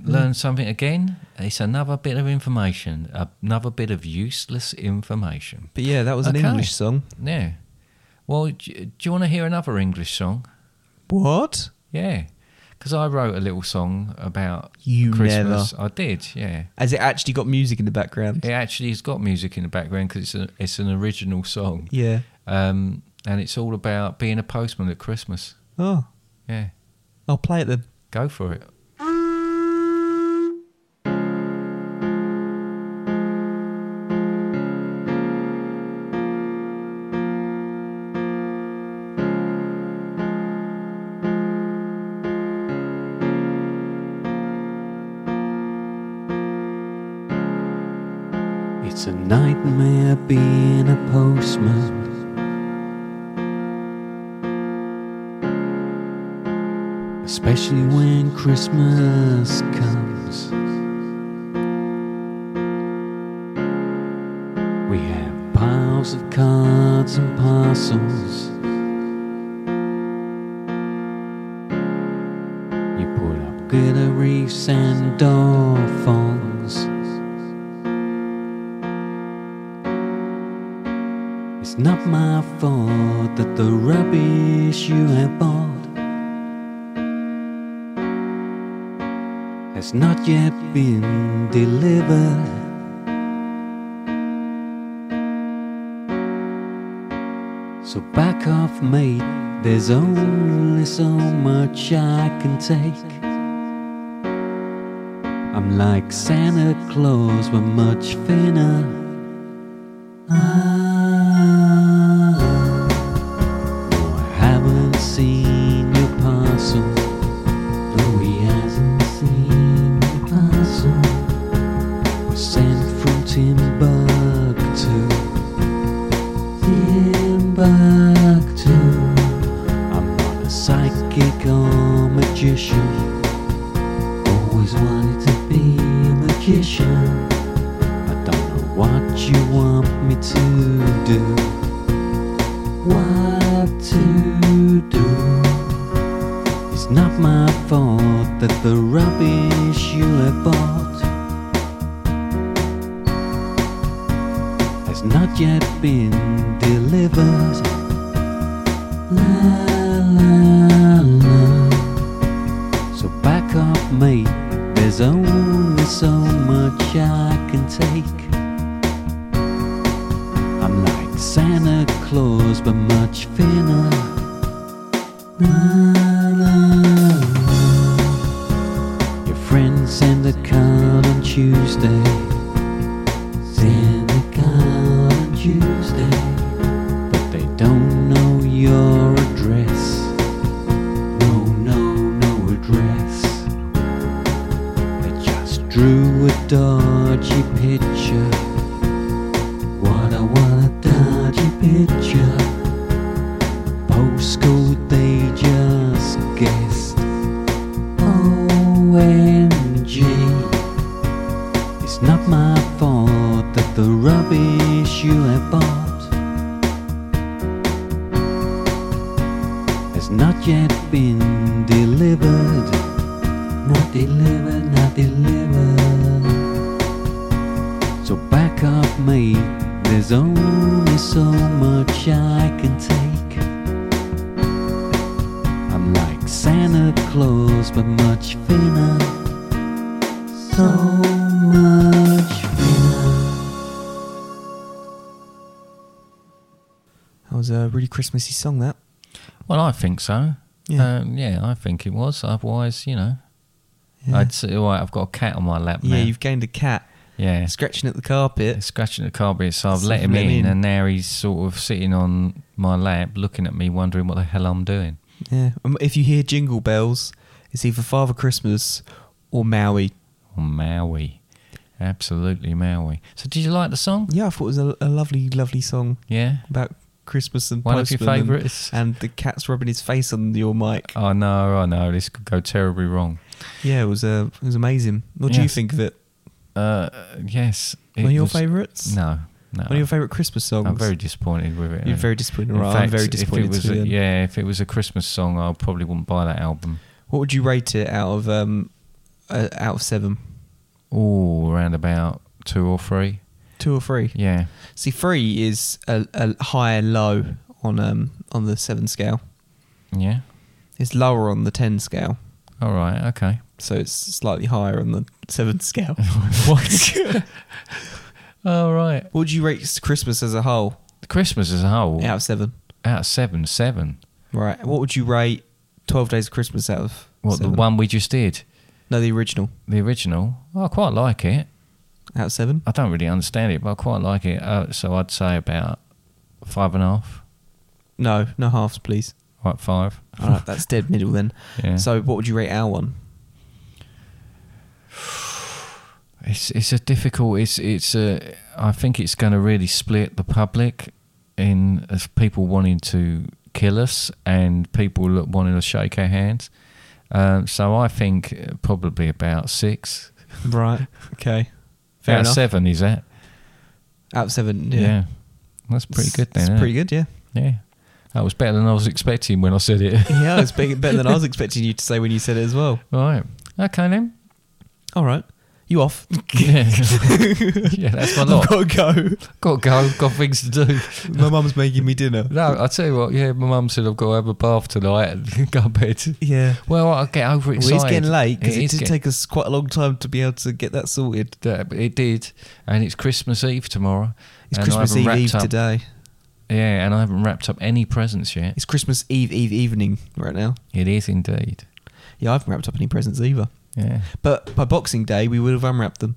Mm. Learn something again. It's another bit of information. Another bit of useless information. But yeah, that was an Okay. English song. Yeah. Well, do, do you want to hear another English song? What? Yeah. Because I wrote a little song about You Christmas. I did. Yeah. Has it actually got music in the background? It actually has got music in the background because it's, a- it's an original song. Yeah. Um, and it's all about being a postman at Christmas. Oh, Yeah, I'll play it then. go for it. It's a nightmare being a postman. Especially when Christmas comes. We have piles of cards and parcels. You put up glitter wreaths and door phones. It's not my fault that the rubbish you have bought has not yet been delivered. So back off, mate. There's only so much I can take. I'm like Santa Claus, but much thinner. Ah, no, I haven't seen your parcel. No, he hasn't seen your parcel. Was sent from Timbuktu. Timbuktu. I'm not a psychic or magician. Always wanted to be a magician. I don't know what you want me to do. What to do? It's not my fault that the rubbish you have bought has not yet been delivered. La la la. So back off, mate. There's only so much I can take. I'm like Santa Claus, but much thinner. La la la. Your friend sent a card on Tuesday. Send a card on Tuesday, but they don't know your address. No, no, no address. They just drew a dodgy picture. What a what a dodgy picture. Postcode they just guessed. OMG. It's not my fault that the rubbish you have bought has not yet been delivered. Not delivered, not delivered. So back up, mate. There's only so much I can take. I'm like Santa Claus, but much thinner so much That was a really Christmassy song, that. Well, I think so. Yeah. um, yeah, I think it was. Otherwise, you know, Yeah, I'd say, all right, I've got a cat on my lap yeah now. you've gained a cat. yeah, Scratching at the carpet. scratching the carpet, so I've So let him let him in, in. and now he's sort of sitting on my lap, looking at me, wondering what the hell I'm doing. Yeah. Um, If you hear jingle bells, it's either Father Christmas or Maui. Oh, Maui, absolutely Maui. So, did you like the song? Yeah, I thought it was a, a lovely, lovely song Yeah, about Christmas and one of your postmen and- favourites. And the cat's rubbing his face on your mic. Oh no, I know this could go terribly wrong. Yeah, it was uh, it was amazing. What do you Yes. think of it? Uh, yes, it One of your was- favourites? No, no. One of your favourite Christmas songs? I'm very disappointed with it. You're uh, very disappointed. in right, I'm fact, very if it disappointed. was too, a- then. yeah, if it was a Christmas song, I probably wouldn't buy that album. What would you rate it out of um, uh, out of seven? Oh, around about two or three. Two or three? Yeah, See, three is a, a high and low on um on the seven scale. yeah. It's lower on the ten scale, All right, okay. so it's slightly higher on the seven scale. [laughs] [laughs] what? All right. what would you rate Christmas as a whole Christmas as a whole, out of seven? out of seven, seven. Right. What would you rate Twelve Days of Christmas out of? What seven? the one we just did, No, the original the original. I quite like it. out of seven. I don't really understand it, but I quite like it. Uh, so I'd say about five and a half, No, no halves, please. right? Five. All right, that's dead middle then. Yeah. So, what would you rate our one? It's it's a difficult. It's it's a. I think it's going to really split the public in as people wanting to kill us and people that wanting to shake our hands. Um, so I think uh, probably about six. Right. Okay. Fair About enough. seven is that? Out of seven. Yeah. Yeah. That's pretty It's- good then. It's isn't pretty it? good. Yeah. Yeah. That was better than I was expecting when I [laughs] said it. Yeah, it's big- better than I was expecting you to say when you said it as well. right. [laughs] Okay then. All right. You [laughs] off? Yeah. yeah, that's my lot. I've got to Got to go. Got things to do. go. My mum's making me dinner. No, I tell you what. Yeah, my mum said I've got to have a bath tonight and [laughs] go to bed. Yeah. Well, I get over Well, it's getting late because it, is did get- take us quite a long time to be able to get that sorted. Yeah, but It did, and it's Christmas Eve tomorrow. It's and I Christmas haven't Eve, wrapped Eve up- today. Yeah, and I haven't wrapped up any presents yet. It's Christmas Eve, Eve evening right now. It is indeed. Yeah, I haven't wrapped up any presents either. Yeah. But by Boxing Day, we would have unwrapped them.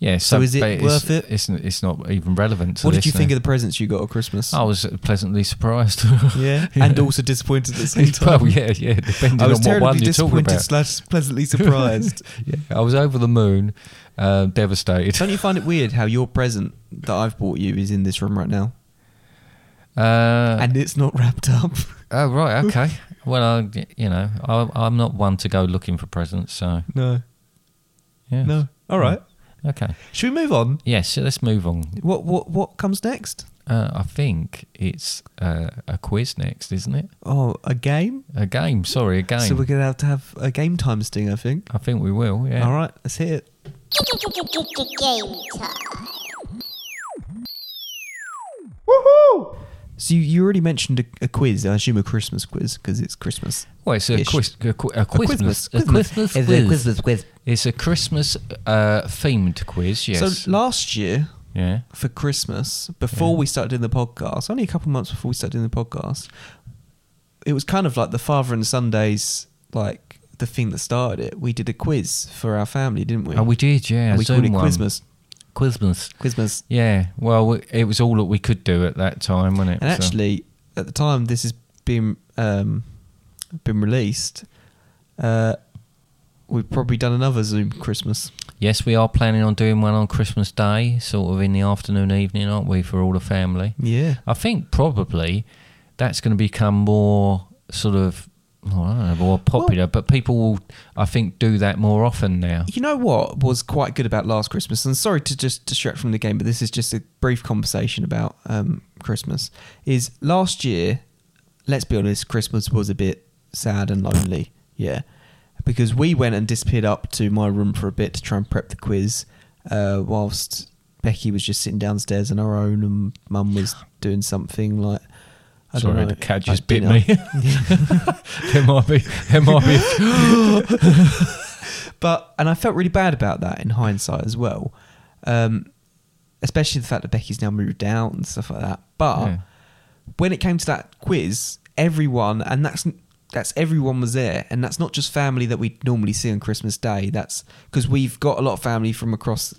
Yeah. So is it but it's- worth it? It's, it's not even relevant to what this did you now. think of the presents you got at Christmas? I was pleasantly surprised. [laughs] [laughs] yeah. And also disappointed at the same time. well, yeah, yeah. Depending I was on what terribly one you're talking disappointed about. slash [laughs] pleasantly surprised. yeah, I was over the moon, uh, devastated. Don't you find it weird how your present that I've bought you is in this room right now? Uh, and it's not wrapped up. [laughs] oh right, okay. Well, I, you know, I, I'm not one to go looking for presents, so No. yeah. No. All right. Mm. Okay. Should we move on? Yes. so let's move on. What what what comes next? Uh, I think it's uh, a quiz next, isn't it? Oh, a game? A game. Sorry, a game. So we're gonna have to have a game time sting, I think. I think we will. Yeah. All right, let's hit it. Game time. So you, you already mentioned a, a quiz. I assume a Christmas quiz because it's Christmas. Well, it's a Ish. quiz. A, qu- a Christmas. A Christmas It's quiz. quiz. It's a Christmas uh, themed quiz. Yes. So last year yeah. for Christmas, before we started doing the podcast, only a couple of months before we started doing the podcast, it was kind of like the Father and Sundays, like the thing that started it. We did a quiz for our family, didn't we? Oh, we did. Yeah. and we Zoom called it one. Quizmas. Quizmas. Quizmas. Yeah. Well, we- it was all that we could do at that time, wasn't it? And So- actually, at the time this has been um, been released, uh, we've probably done another Zoom Christmas. yes, we are planning on doing one on Christmas Day, sort of in the afternoon, evening, aren't we, for all the family? Yeah. I think probably that's going to become more sort of. well, I don't know, more popular, but people will, I think, do that more often now. You know what was quite good about last Christmas, and sorry to just distract from the game, but this is just a brief conversation about um, Christmas. Is last year, let's be honest, Christmas was a bit sad and lonely. Yeah, because we went and disappeared up to my room for a bit to try and prep the quiz, uh, whilst Becky was just sitting downstairs on her own, and Mum [sighs] was doing something like. I don't Sorry, know, the cat like just [laughs] bit dinner. me. [laughs] there might be, there might be But and I felt really bad about that in hindsight as well, um, especially the fact that Becky's now moved out and stuff like that. But Yeah. when it came to that quiz, everyone and that's that's everyone was there, and that's not just family that we normally see on Christmas Day. That's because we've got a lot of family from across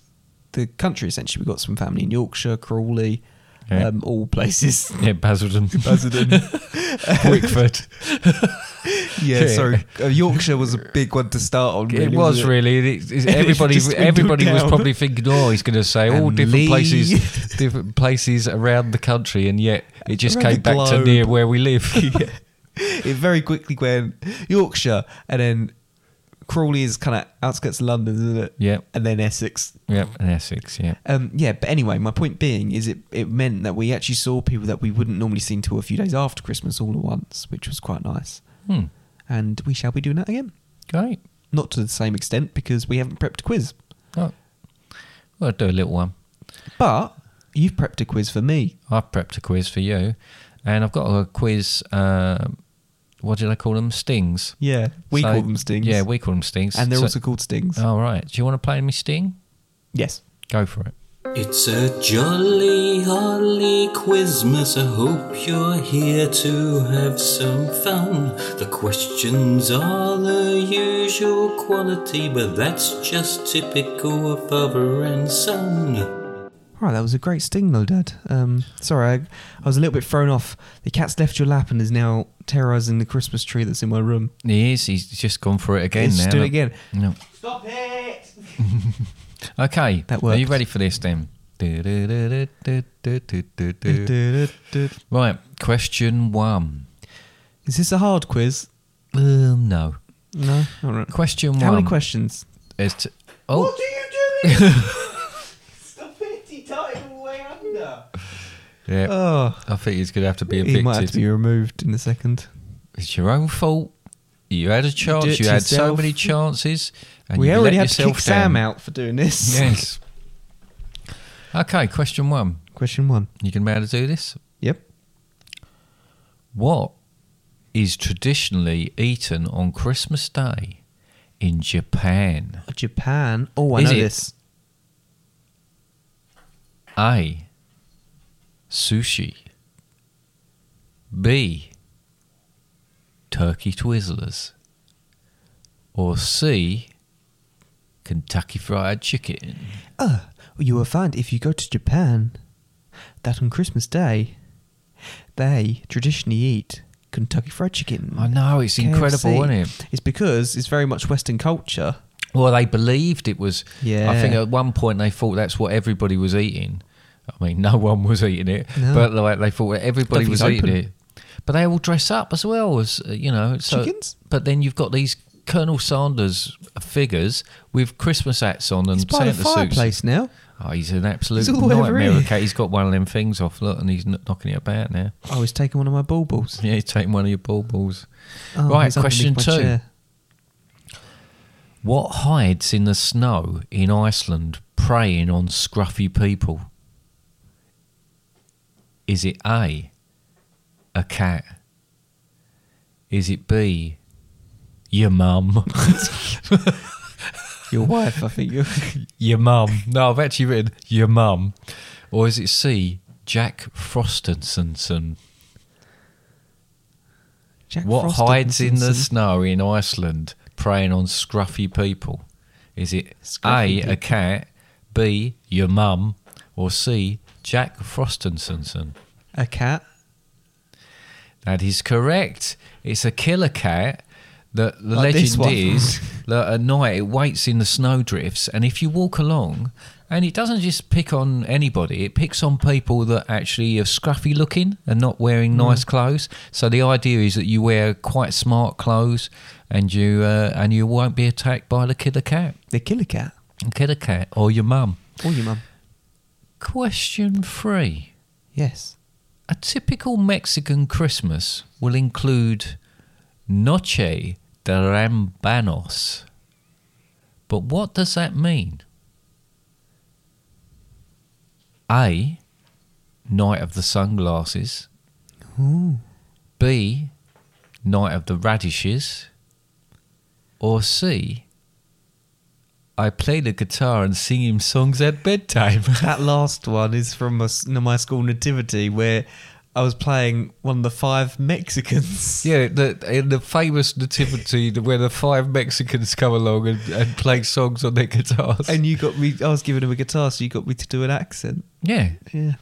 the country. Essentially, we've got some family in Yorkshire, Crawley, Yeah. um, all places. Yeah, Basildon. [laughs] [laughs] Wickford. yeah, Yeah. sorry, uh, Yorkshire was a big one to start on. It really, was wasn't [laughs] really. It, it, It everybody just dwindled everybody was down. probably thinking, oh, he's going to say all And different Lee. [laughs] places, different places around the country, and yet it just Around the came back to globe. near where we [laughs] live. it very quickly went Yorkshire and then Crawley is kind of outskirts of London, isn't it? [laughs] Yeah. And then Essex. Yep, and Essex. Yeah, Um, yeah, but anyway, my point being is it, it meant that we actually saw people that we wouldn't normally see until a few days after Christmas all at once, which was quite nice. Hmm. And we shall be doing that again. great. Not to the same extent because we haven't prepped a quiz. Oh. Well, I'll do a little one. But you've prepped a quiz for me. I've prepped a quiz for you, and I've got a quiz. um what did I call them? Stings. Yeah. We So- call them stings. Yeah, we call them stings. And they're So- uh, also called stings. All right. Do you want to play me sting? yes. Go for it. It's a jolly, holly Quizmas. I hope you're here to have some fun. The questions are the usual quality, but that's just typical of father and son. All right, that was a great sting, though, Dad. Um, sorry, I, I was a little bit thrown off. The cat's left your lap and is now terrorising the Christmas tree that's in my room. He is. He's just gone for it again He's now. just doing it again. No. Stop it. [laughs] okay. That Are you worked. ready for this then? Is Right. Question one. this a hard quiz? Um, no. No. All right. Question How one. many questions? Is t- oh. [laughs] [laughs] Yeah. Oh, I think he's going to have to be he evicted. might have to be removed in a second. It's your own fault. You had a chance. it You, to had so yourself. many chances. And we you already let had to yourself kick Sam down. out for doing this. Yes. okay. Question one. [laughs] Question one. You can be able to do this. Yep. What is traditionally eaten on Christmas Day in Japan? Japan. Oh, I Is know it? this. A. Sushi. B. Turkey Twizzlers. Or C. Kentucky Fried Chicken. Oh, you will find if you go to Japan that on Christmas Day they traditionally eat Kentucky Fried Chicken. I know, it's incredible, isn't it? It's because it's very much Western culture. Well, they believed it was. I think Yeah. at one point they thought that's what everybody was eating. I mean, [laughs] no one was eating it, No. but like they thought everybody Don't think was it's eating open. it. But they all dress up as well as uh, you know. So, Chickens? But then you've got these Colonel Sanders figures with Christmas hats on and It's by Santa the suits. fireplace now. Oh, he's an absolute It's all over nightmare. here. Okay, he's got one of them things off. Look, and he's kn- knocking it about now. [laughs] Oh, he's taking one of my baubles. Yeah, he's taking one of your ball balls. Oh, Right, he's up question underneath my two. chair. What hides in the snow in Iceland preying on scruffy people? Is it A, a cat? Is it B, your mum? [laughs] Your wife, I think. You're... your mum. No, I've actually written your mum. Or is it C, Jack Frostenson? Jack What Frost hides in the Dickinson. snow in Iceland preying on scruffy people? Is it Scruffy A, a cat, B, your mum, or C, Jack Frostenson? A cat. That is correct. It's a killer cat. The, the Like this legend one. [laughs] is that at night it waits in the snowdrifts, and if you walk along, and it doesn't just pick on anybody, it picks on people that actually are scruffy looking and not wearing Mm. nice clothes. So the idea is that you wear quite smart clothes, and you uh, and you won't be attacked by the killer cat, The killer cat. killer cat, or your mum. Or your mum. Question three. Yes. A typical Mexican Christmas will include Noche de Rambanos. But what does that mean? A. Night of the Sunglasses. B. Night of the Radishes. Or C. I play the guitar and sing him songs at bedtime. [laughs] [laughs] That last one is from my, s- my school nativity where I was playing one of the five [laughs] Mexicans. Yeah, the in the famous nativity [laughs] the- where the five Mexicans come along and, and play songs on their guitars. And you got me, I was giving him a guitar, so you got me to do an accent. yeah, Yeah.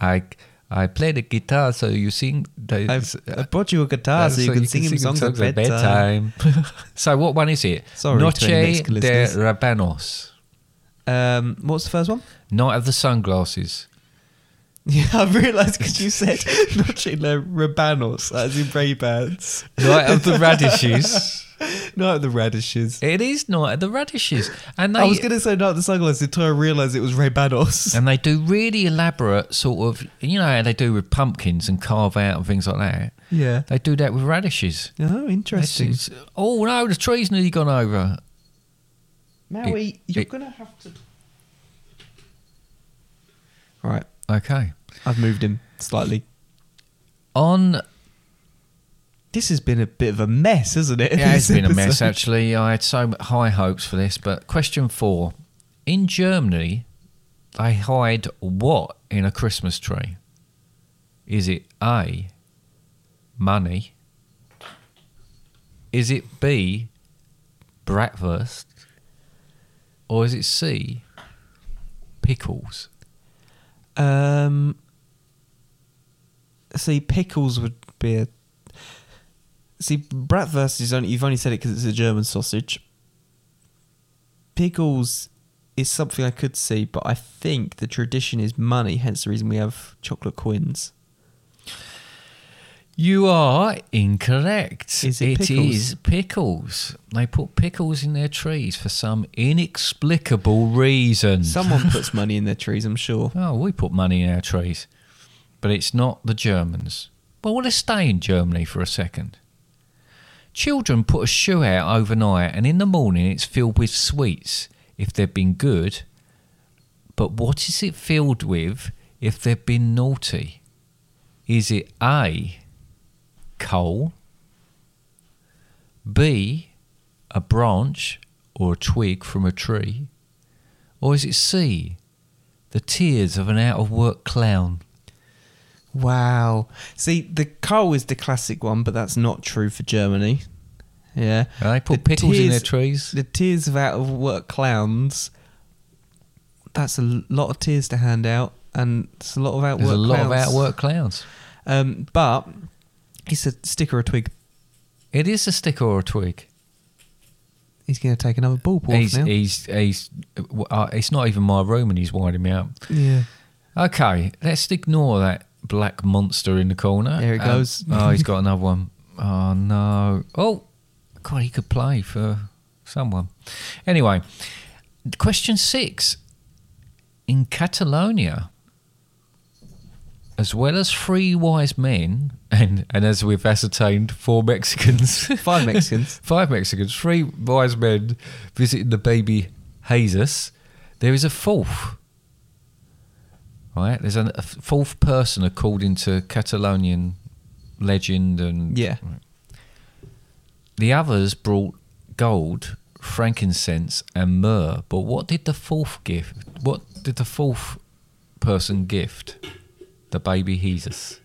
I I play the guitar, so you sing. The, uh, I, I brought you a guitar so you can sing him songs at bedtime. [laughs] so what one is it? Sorry to Noche any Mexican de listeners. Rabanos, Um, what's the first one? [laughs] Night of the Sunglasses. Yeah, I realised because you said [laughs] Noche Le Rabanos, as in Ray Bans. [laughs] Night of the [laughs] Radishes. Night of the Radishes. It is Night of the Radishes, and they I was going to say Night of the Sunglasses until I realised it was Ray Banos. and they do really elaborate sort of you know how they do with pumpkins and carve out and things like that. [laughs] yeah. They do that with radishes. Oh, This interesting. is- oh no, the tree's nearly gone over. Maui, It- you're it- going to have to. Right. Okay. I've moved him slightly. On This has been a bit of a mess, hasn't it? it has This been a mess [laughs] episode. actually. I had so high hopes for this, but question four: In Germany, they hide what in a Christmas tree? Is it A. Money? Is it B. Bratwurst? Or is it C. Pickles? Um, see, pickles would be a. See, bratwurst is only you've only said it because it's a German sausage. Pickles is something I could see, but I think the tradition is money, hence the reason we have chocolate coins. You are incorrect. Is it pickles? is pickles. They put pickles in their trees for some inexplicable reason. Someone puts money in their trees, I'm sure. oh, we put money in our trees, but it's not the Germans. Well, let's stay in Germany for a second. Children put a shoe out overnight, and in the morning it's filled with sweets if they've been good. But what is it filled with if they've been naughty? Is it A, coal, B, a branch or a twig from a tree, or is it C, the tears of an out of work clown? Wow. See, the coal is the classic one, but that's not true for Germany. Yeah. They put The pickles in their tears- trees. The tears of out of work clowns. That's a l- lot of tears to hand out, and it's a lot of outwork. There's a lot of clowns. outwork clouds. Um, but it's a stick or a twig. It is a stick or a twig. He's going to take another ball walk He's, now. he's, he's, uh, it's not even my room and he's winding me up. yeah. Okay, let's ignore that black monster in the corner. There it Um, goes. [laughs] oh, he's got another one. Oh no. Oh, God, he could play for someone. Anyway, question six. In Catalonia, as well as three wise men, [laughs] and, and as we've ascertained, four Mexicans. [laughs] Five Mexicans. [laughs] Five Mexicans, three wise men visiting the baby Jesus. There is a fourth. Right? There's an- a fourth person according to Catalonian legend and Yeah. the others brought gold, frankincense and myrrh. But what did the fourth give? What did the fourth person gift? The baby Jesus.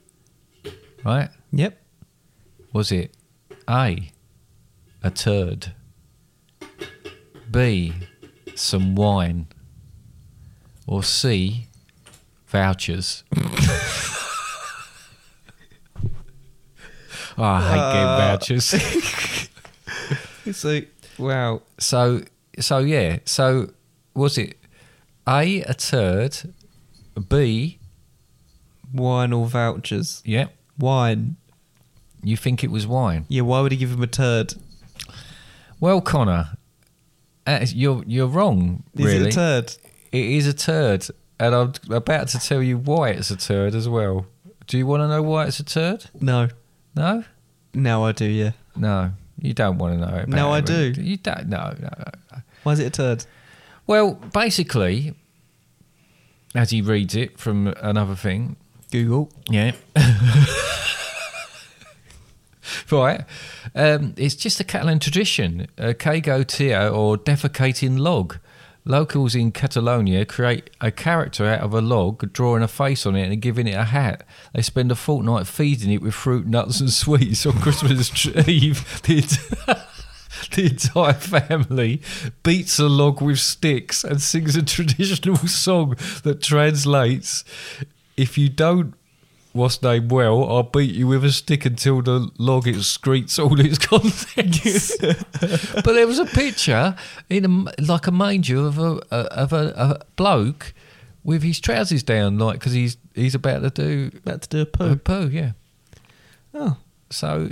Right? Yep. Was it A, a turd? B, some wine? Or C, vouchers? [laughs] oh, I hate Uh. getting vouchers. So, wow. so, so yeah. So, was it A, a turd? B, Wine or vouchers? yeah. Wine. You think it was wine? Yeah, why would he give him a turd? Well, Connor, uh, you're you're wrong. Is it really, a turd? It is a turd, and I'm about to tell you why it's a turd as well. Do you want to know why it's a turd? No. No, No, I do, yeah. no, you don't want to know. About No, I it, really. do. You don't. No, no, no, no. Why is it a turd? Well, basically, as he reads it from another thing, Google. Yeah. [laughs] right. Um, it's just a Catalan tradition, a cago tio or defecating log. Locals in Catalonia create a character out of a log, drawing a face on it and giving it a hat. They spend a fortnight feeding it with fruit, nuts, and sweets on Christmas [laughs] Eve. The, ent- [laughs] the entire family beats a log with sticks and sings a [laughs] traditional song that translates if you don't what's name well, I'll beat you with a stick until the log excretes all its contents. [laughs] but there was a picture in a m like a manger of a, a of a, a bloke with his trousers down, like because he's he's about to do About to do a poo. a poo. Yeah. oh. So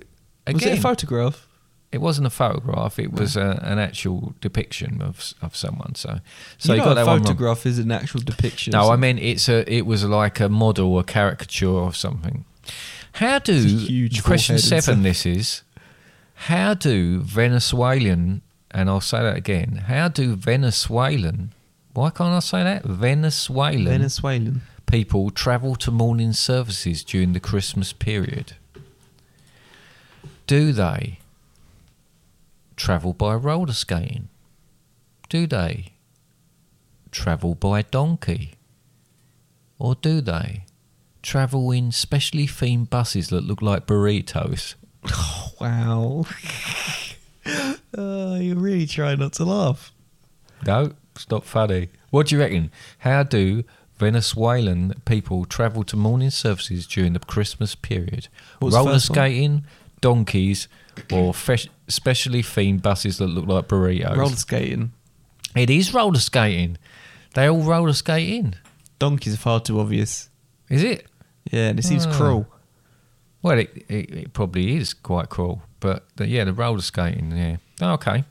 again, Was it a photograph? it wasn't a photograph. It was a, an actual depiction of s- of someone. So so you, know got a that one wrong. photograph is an actual depiction. No, I meant it's a. It was like a model, a caricature of something. How do It's a huge question forehead and seven? stuff. This is how do Venezuelan and I'll say that again. How do Venezuelan? Why can't I say that? Venezuelan Venezuelan. people travel to morning services during the Christmas period. Do they travel by roller skating? Do they travel by donkey? Or do they travel in specially themed buses that look like burritos? [laughs] Wow. uh, you really try not to laugh. No, it's not funny. What do you reckon? How do Venezuelan people travel to morning services during the Christmas period? What's the Roller first one? skating, donkeys, or fresh, specially themed buses that look like burritos? Roller skating. it is roller skating. They all roller skate in. Donkeys are far too obvious. Is it? Yeah, and it seems Ah. cruel. Well, it, it, it probably is quite cool. But the, yeah, the roller skating, yeah. Okay.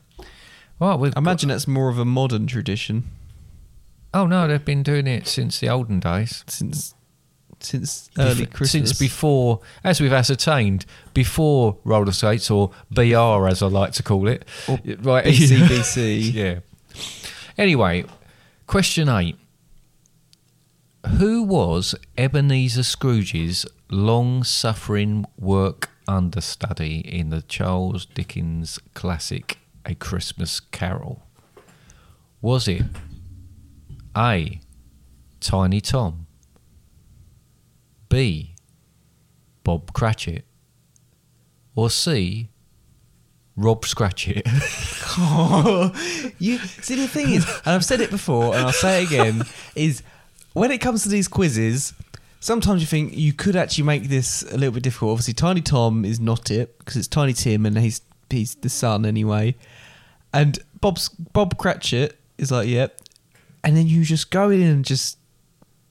Well, we've I imagine that's more of a modern tradition Oh, no, they've been doing it since the olden days. since since early Bef- Christmas. [laughs] Since before, as we've ascertained, before roller skates or BR, as I like to call it, Or right? BCBC. yeah. Anyway, question eight: Who was Ebenezer Scrooge's long-suffering work understudy in the Charles Dickens classic *A Christmas Carol*? Was it A. Tiny Tom? B. Bob Cratchit? Or C, Rob Scratchit? [laughs] you see the thing is, and I've said it before, and I'll say it again, is when it comes to these quizzes, sometimes you think you could actually make this a little bit difficult. Obviously, Tiny Tom is not it because it's Tiny Tim, and he's he's the son anyway. And Bob's Bob Cratchit is like, yep. And then you just go in and just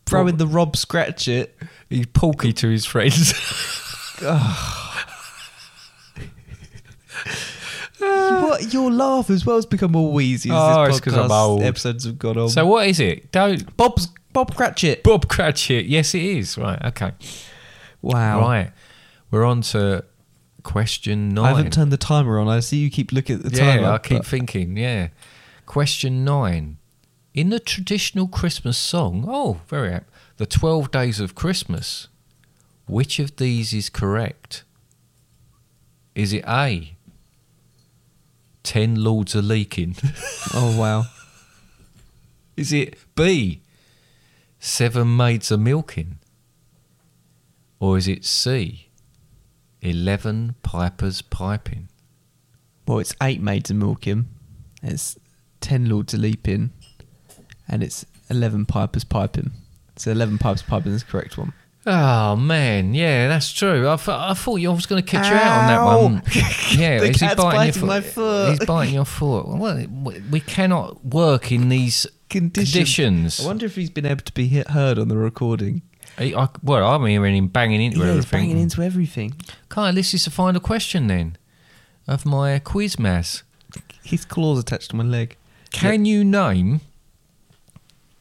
throw in the Rob Scratchit. He's porky to his friends. What your laugh as well has become all wheezy as Ah. Oh, this it's 'cause I'm old. podcast episodes have gone on. [laughs] so what is it? Don't Bob's Bob Cratchit. Bob Cratchit. Yes, it is. Right. Okay. Wow. Right. We're on to question nine. I haven't turned the timer on. I see you keep looking at the yeah, timer. I keep but- thinking. Yeah. Question nine. In the traditional Christmas song, oh, very apt. The Twelve Days of Christmas. Which of these is correct? Is it A? Ten lords are leaking. [laughs] oh wow. Is it B? Seven maids are milking? Or is it C? Eleven pipers piping? Well, it's eight maids a milking. It's ten lords a leaping, and it's eleven pipers piping. So eleven pipers piping is the correct one. Oh man, yeah, that's true. I, th- I thought you, I was going to catch you out [laughs] on that one. Yeah, The is he cat's biting, biting your my foot. He's biting your foot. Well, we- we cannot work in these Condition. conditions. I wonder if he's been able to be hit, heard on the recording. I, I- well, I'm hearing him banging into yeah, he's everything. banging into everything. Kyle, this is the final question then of my quiz mass. His claws attached to my leg. Can you name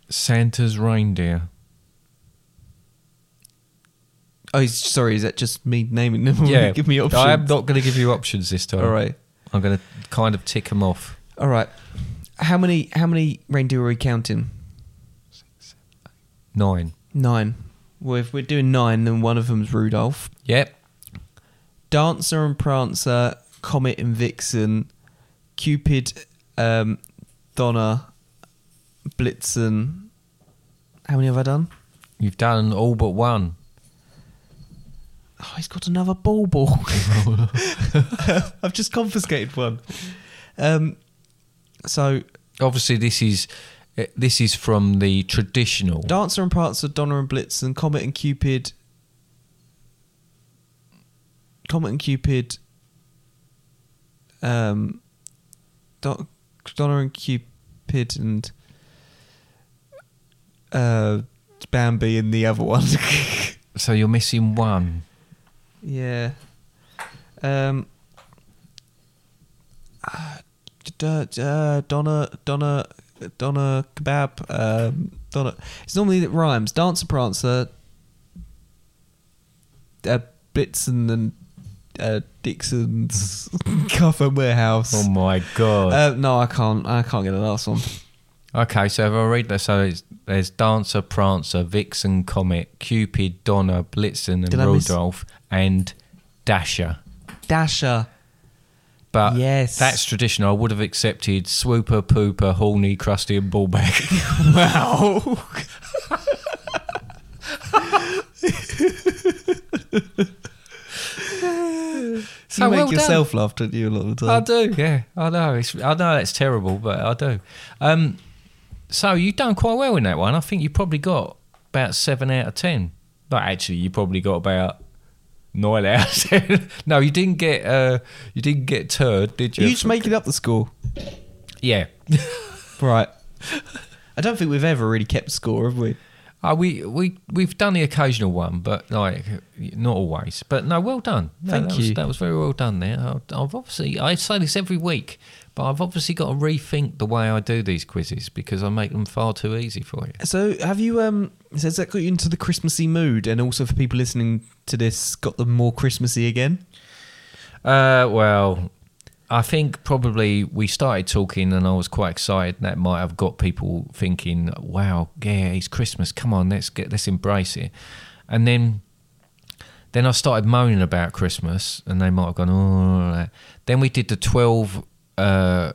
Santa's reindeer? Oh, he's, sorry. Is that just me naming them? [laughs] give me options. I am not going to give you options this time. All right. I'm going to kind of tick them off. All right. How many? How many reindeer are we counting? Nine. Nine. Well, if we're doing nine, then one of them's Rudolph. Yep. Dancer and Prancer, Comet and Vixen, Cupid, um, Donna, Blitzen. How many have I done? You've done all but one. Oh, he's got another ball ball. [laughs] I've just confiscated one. Um, so Obviously, this is eh, this is from the traditional. Dancer and Prancer, Donna and Blitzen, Comet and Cupid, Comet and Cupid, um, Don- Donna and Cupid and uh, Bambi and the other one. [laughs] So you're missing one. yeah. Um. uh, d- d- uh, Donna, Donna, Donna kebab. Um, Donna. It's normally that rhymes. Dancer, prancer, uh, Blitzen and uh, Dixon's [laughs] Cuff and Warehouse. Oh my god. uh, no, I can't. I can't get the last one. Uh, okay, so if I read that, so it's, there's Dancer, Prancer, Vixen, Comet, Cupid, Donna, Blitzen, and Did I miss- Rudolph, and Dasher. Dasher. But Yes. that's traditional. I would have accepted swooper, pooper, horny, crusty, and ballback. [laughs] wow. so you make well done. yourself laugh, don't you, a lot of the time? [laughs] I do, yeah. I know. It's, I know that's terrible, but I do. Um, so you've done quite well in that one. I think you probably got about seven out of ten. No, actually, you probably got about nine out of [laughs] ten. no, you didn't get. Uh, you didn't get turd, did you? you just making up the score. yeah. Right. I don't think we've ever really kept score, have we? Uh, we we we've done the occasional one, but like not always. But no, well done. No, Thank that you. Was, that was very well done there. I, I've obviously I say this every week, but I've obviously got to rethink the way I do these quizzes because I make them far too easy for you. So, have you? Um, so has that got you into the Christmassy mood, and also for people listening to this, got them more Christmassy again? Uh, well, I think probably we started talking and I was quite excited. That might have got people thinking, "Wow, yeah, it's Christmas. Come on, let's get let's embrace it." And then, then I started moaning about Christmas, and they might have gone, "Oh." right." Then we did the twelve uh,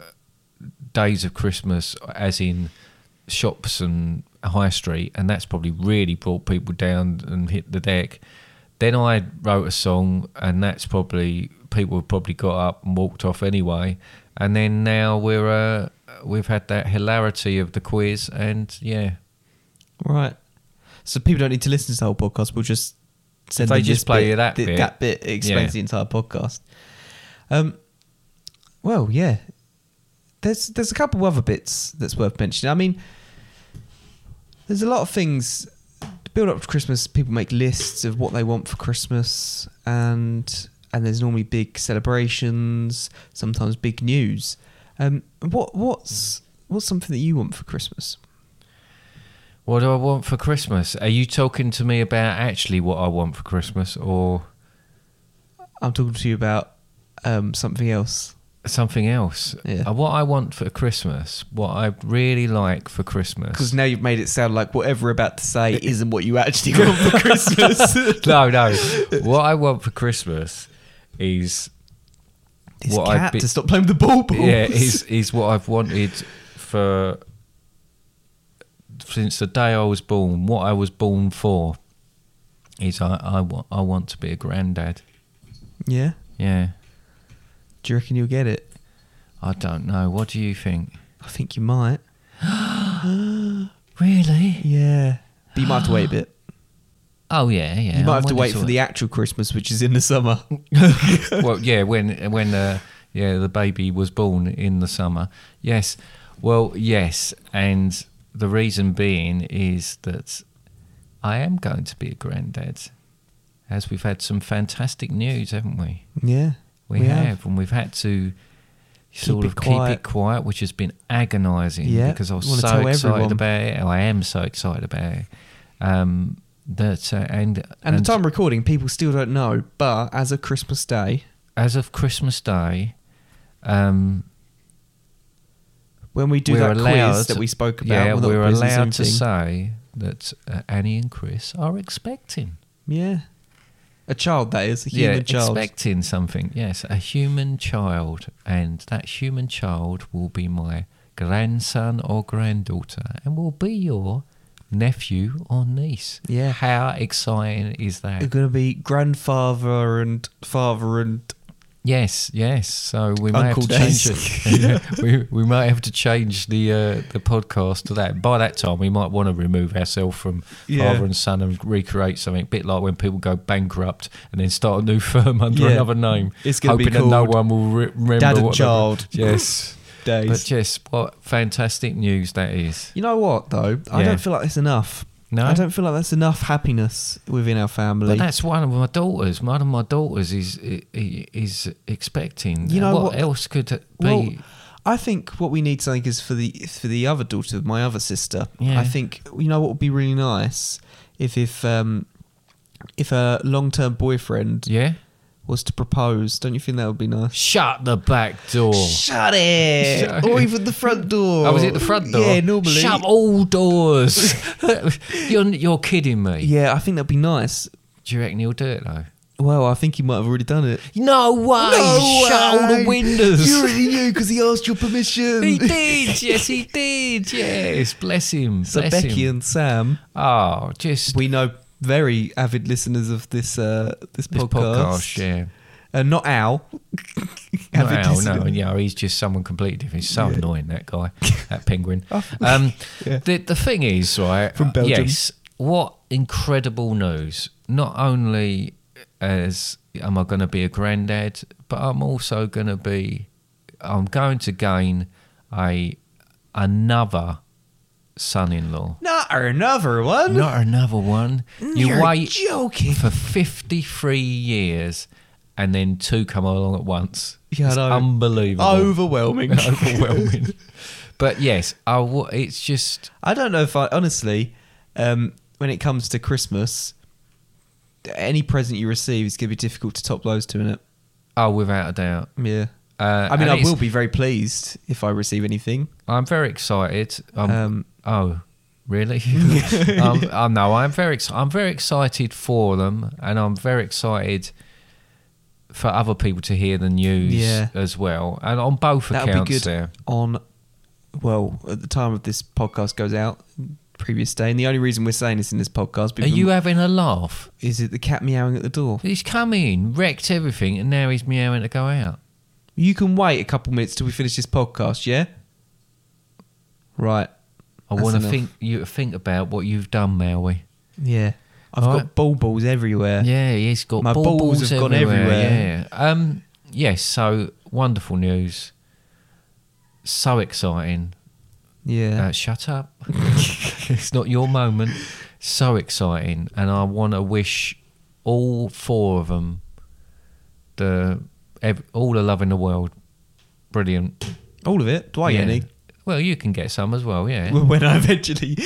days of Christmas, as in shops and high street, and that's probably really brought people down and hit the deck. Then I wrote a song, and that's probably people have probably got up and walked off anyway. And then now we're uh, we've had that hilarity of the quiz, and yeah, Right. So people don't need to listen to the whole podcast. We'll just send They them just this play bit, that thi- bit. That bit it explains the Yeah. entire podcast. Um. Well, yeah. There's there's a couple of other bits that's worth mentioning. I mean, there's a lot of things to build up to Christmas. People make lists of what they want for Christmas, and and there's normally big celebrations, sometimes big news. Um, what what's what's something that you want for Christmas? What do I want for Christmas? Are you talking to me about actually what I want for Christmas or I'm talking to you about um, something else. something else? Yeah. Uh, What I want for Christmas, what I really like for Because Christmas. now you've made it sound like whatever we're about to [laughs] say isn't what you actually want for Christmas. [laughs] no, no. What I want for Christmas is This What I'd cat be- to stop playing with the ball balls. [laughs] yeah, is is what I've wanted for since the day I was born. What I was born for is I I want I want to be a granddad. [laughs] Yeah? Yeah. Do you reckon you'll get it? I don't know. What do you think? I think you might. Really? Yeah. But you might have to wait a [gasps] bit. Oh yeah, yeah. you I might have to wonder wait to- for the actual Christmas, which is in the [laughs] summer. well, yeah, when when uh, yeah the baby was born in the summer. Yes, well, yes, and the reason being is that I am going to be a granddad, as we've had some fantastic news, haven't we? yeah. We, have. and we've had to sort it of quiet. keep it quiet, which has been agonising Yeah, because I was you wanna so tell excited everyone. about it. I am so excited about it. Um, that uh, and And, the time of recording, people still don't know, but as of Christmas Day, as of Christmas Day, um, when we do that quiz that we spoke about, Yeah, well, not we're quiz, the Zoom allowed to thing. say that uh, Annie and Chris are expecting. Yeah. A child, that is. A human yeah, child. expecting something. Yes, a human child, and that human child will be my grandson or granddaughter, and will be your nephew or niece. Yeah. how exciting is You're that? going to be grandfather and father and Yes, yes. So we might Uncle have to change James. [laughs] it. [laughs] we we might have to change the uh, the podcast to that. By that time, we might want to remove ourselves from Yeah. father and son and recreate something. A bit like when people go bankrupt and then start a new [laughs] firm under Yeah. another name, It's gonna be hoping that no called one will re- remember. Dad and what they- Child. Yes, [laughs] days. but yes, what fantastic news that is. you know what, though? I Yeah. don't feel like that's enough. No? I don't feel like that's enough happiness within our family. But that's one of my daughters. One of my daughters is i- i- is expecting. You know what, what- else could it be? well, I think what we need something is for the for the other daughter, my other sister. Yeah. I think you know what would be really nice if if um if a long term boyfriend yeah. was to propose. Don't you think that would be nice? Shut the back door. Shut it, Shut- or even the front door. I was at Oh, the front door. Yeah, normally. Shut all doors. [laughs] you're, you're kidding me. Yeah, I think that'd be nice. Do you reckon he'll do it though? Well, I think he might have already done it. No way. Shut all the windows. You [laughs] already knew because he asked your permission. he did. Yes, he did. Yes. Bless [laughs] him. So Bless Becky him. and Sam, Oh, just we know very avid listeners of this uh, this, this podcast. podcast. Yeah. Uh, not Al. No, Avid Al, listener. no, yeah, he's just someone completely different. He's so annoying, [laughs] that guy, that penguin. Um, the, the thing is, right? Oh, From Belgium. Yes, what incredible news. Not only as am I going to be a granddad, but I'm also going to be, I'm going to gain a another son-in-law. Not another one. Not another one. You You're wait joking. for 53 years and then two come along at once. Yeah, I it's know. unbelievable. Overwhelming. [laughs] Overwhelming. but yes, I w- it's just I don't know if I honestly, um, when it comes to Christmas, any present you receive is going to be difficult to top those two, isn't it? oh, without a doubt. Yeah. Uh, I mean, and I it's- will be very pleased if I receive anything. I'm very excited. Um, Um, oh, [laughs] really? um, um, no, [laughs] I'm very. Ex- I'm very excited for them, and I'm very excited for other people to hear the news Yeah. as well, and on both That'll accounts. be good There, on, well, at the time of this podcast goes out, previous day. And the only reason we're saying this in this podcast Are because you having a laugh? is it the cat meowing at the door? He's come in, wrecked everything, and now he's meowing to go out. You can wait a couple minutes till we finish this podcast, yeah? Right. I That's want to enough. think you to think about what you've done, Maui. Yeah. I've All got ball balls everywhere. Yeah, he's got My ball balls balls, have gone everywhere. Yeah. Um. Yes. So wonderful news. So exciting. Yeah. Uh, shut up. [laughs] it's not your moment. So exciting, and I want to wish all four of them the ev- all the love in the world. Brilliant. All of it. Do I Uh, yeah. get any? Well, you can get some as well. Yeah. Oh, Well, [laughs] When I eventually.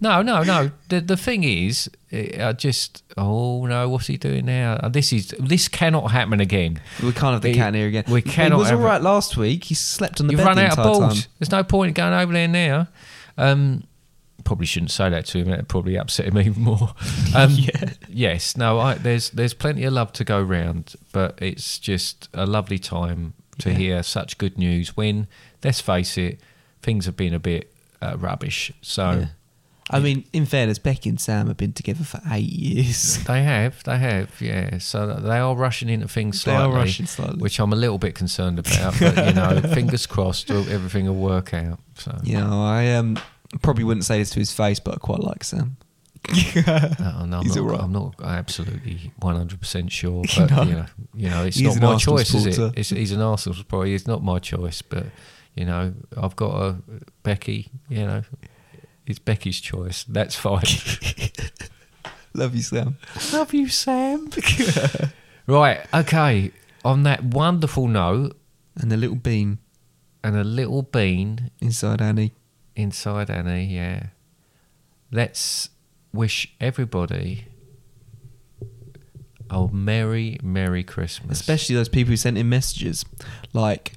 No, no, no. The the thing is, eh, I just oh no, what's he doing now? Uh, This is this cannot happen again. we can't have the It- cat in here again. we cannot He was all have it. right last week. He slept on the You've bed run the out of entire balls. time. There's no point in going over there now. Um, probably shouldn't say that to him. That probably upset him [laughs] even more. [laughs] Um, Yes. No. I, there's there's plenty of love to go round, but it's just a lovely time to hear such good news. When let's face it, things have been a bit uh, rubbish. So. I mean, in fairness, Becky and Sam have been together for eight years. They have, they have, yeah. So they are rushing into things [laughs] They slightly, are rushing slightly. which I'm a little bit concerned about. But you [laughs] know, fingers crossed, everything will work out. So You know, I um, probably wouldn't say this to his face, but I quite like Sam. no, no, uh, I'm, He's not, all right. I'm not absolutely 100 percent [laughs] sure, but you know, you know, it's He's not an my Arsenal choice, is it? supporter. It's, he's an Arsenal supporter. It's not my choice, but you know, I've got a Becky. You know, it's Becky's choice. [laughs] That's fine. Love you, Sam. Love you, Sam. [laughs] right. Okay. On that wonderful note. And the little bean and a little bean inside Annie. inside Annie, yeah. Let's wish everybody a merry, merry Christmas. Especially those people who sent in messages like,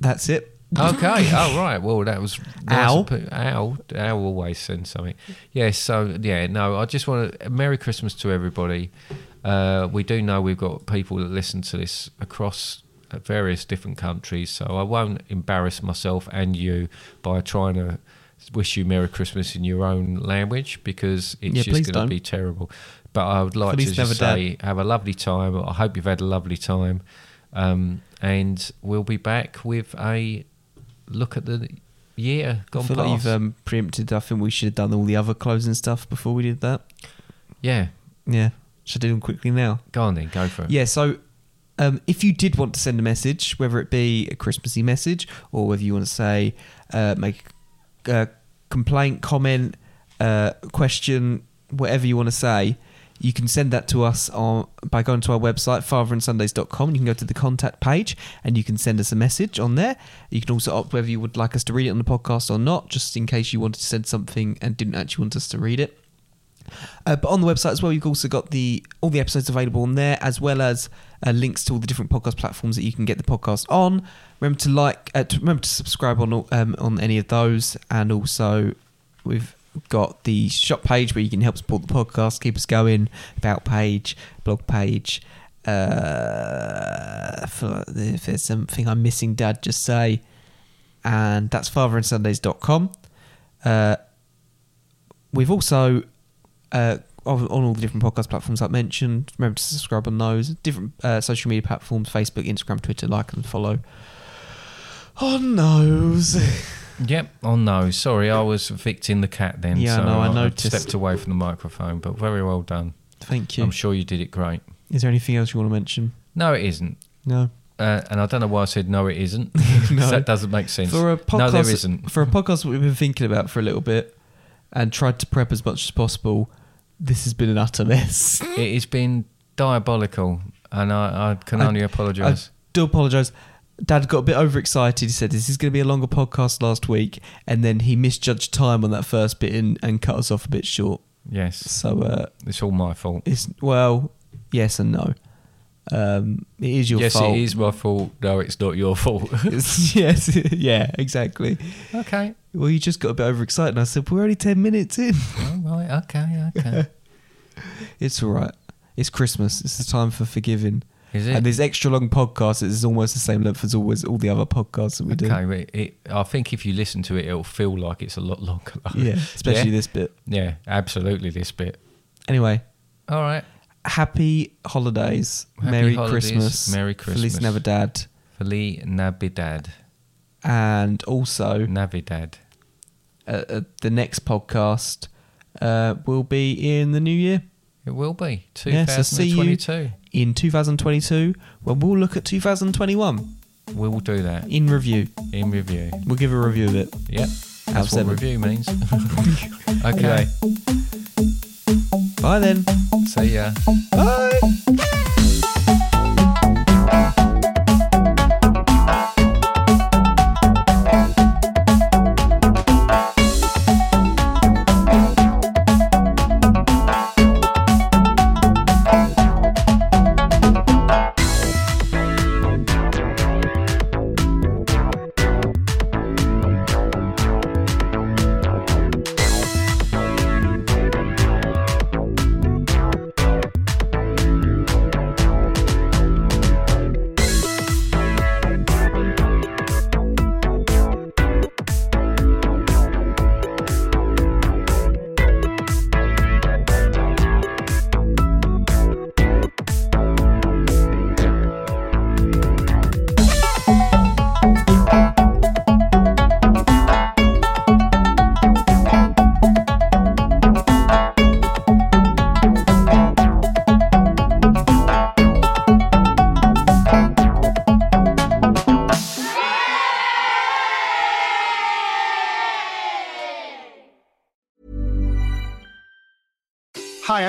that's it. [laughs] Okay. Oh right. Well, that was Ow. Ow. Ow always sends something. Yeah. So yeah. No. I just want to. Merry Christmas to everybody. Uh, we do know we've got people that listen to this across uh, various different countries, so I won't embarrass myself and you by trying to wish you Merry Christmas in your own language because it's Yeah, please just going don't. to be terrible. But I would like Please to never just say have a lovely time. I hope you've had a lovely time. Um, and we'll be back with a look at the year I gone feel like past. you've um, preempted. I think we should have done all the other closing stuff before we did that. yeah, Yeah. Should I do them quickly now? go on then, go for it. Yeah, so um, if you did want to send a message, whether it be a Christmassy message or whether you want to say, uh, make a complaint, comment, uh, question, whatever you want to say, you can send that to us on, by going to our website, fatherandsundays.com. You can go to the contact page and you can send us a message on there. You can also opt whether you would like us to read it on the podcast or not, just in case you wanted to send something and didn't actually want us to read it. Uh, but on the website as well, you've also got the all the episodes available on there, as well as uh, links to all the different podcast platforms that you can get the podcast on. Remember to like, uh, to, remember to subscribe on all- um, on any of those, and also we've got the shop page where you can help support the podcast, keep us going, about page, blog page. Uh, for, if there's something I'm missing, Dad, just say. And that's fatherandsundays.com. Uh, We've also uh, on on all the different podcast platforms I've mentioned. Remember to subscribe on those different uh, social media platforms: Facebook, Instagram, Twitter. Like and follow on those. Yep. Oh no, sorry, I was evicting the cat then. Yeah, I so know, I I've noticed. stepped away from the microphone, but very well done. Thank you. I'm sure you did it great. Is there anything else you want to mention? No, it isn't. No. Uh, and I don't know why I said no, it isn't. [laughs] [laughs] No. That doesn't make sense. For a podcast, no, there isn't. For a podcast that we've been thinking about for a little bit and tried to prep as much as possible, this has been an utter mess. It has been diabolical, and I, I can I- only apologise. I do apologise. Dad got a bit overexcited. He said this is going to be a longer podcast last week, and then he misjudged time on that first bit and, and cut us off a bit short. Yes, So uh, it's all my fault. it's well, yes and no. Um, it is your yes, fault. it is my fault. No, it's not your fault. [laughs] It's- [laughs] yes, yeah, exactly. okay. Well, you just got a bit overexcited, and I said we're only ten minutes in. [laughs] All right. Okay. Okay. It's all right. It's Christmas. It's the time for forgiving. Is it? And this extra long podcast is almost the same length as always all the other podcasts that we do. Okay, but it, I think if you listen to it, it'll feel like it's a lot [laughs] longer. though. Yeah, especially yeah? this bit. Yeah, absolutely this bit. Anyway, All right. happy holidays, Happy Merry holidays, Christmas, Merry Christmas. Feliz Navidad, Feliz Navidad. and also Navidad. uh, uh, the next podcast uh, will be in the new year. It will be Yeah, so see you 2022. in 2022 when we'll look at 2021 We will do that in review. in review. We'll give a review of it. Yep. Have That's what seven. [laughs] review means. okay. Bye then. See ya. Bye. Hi,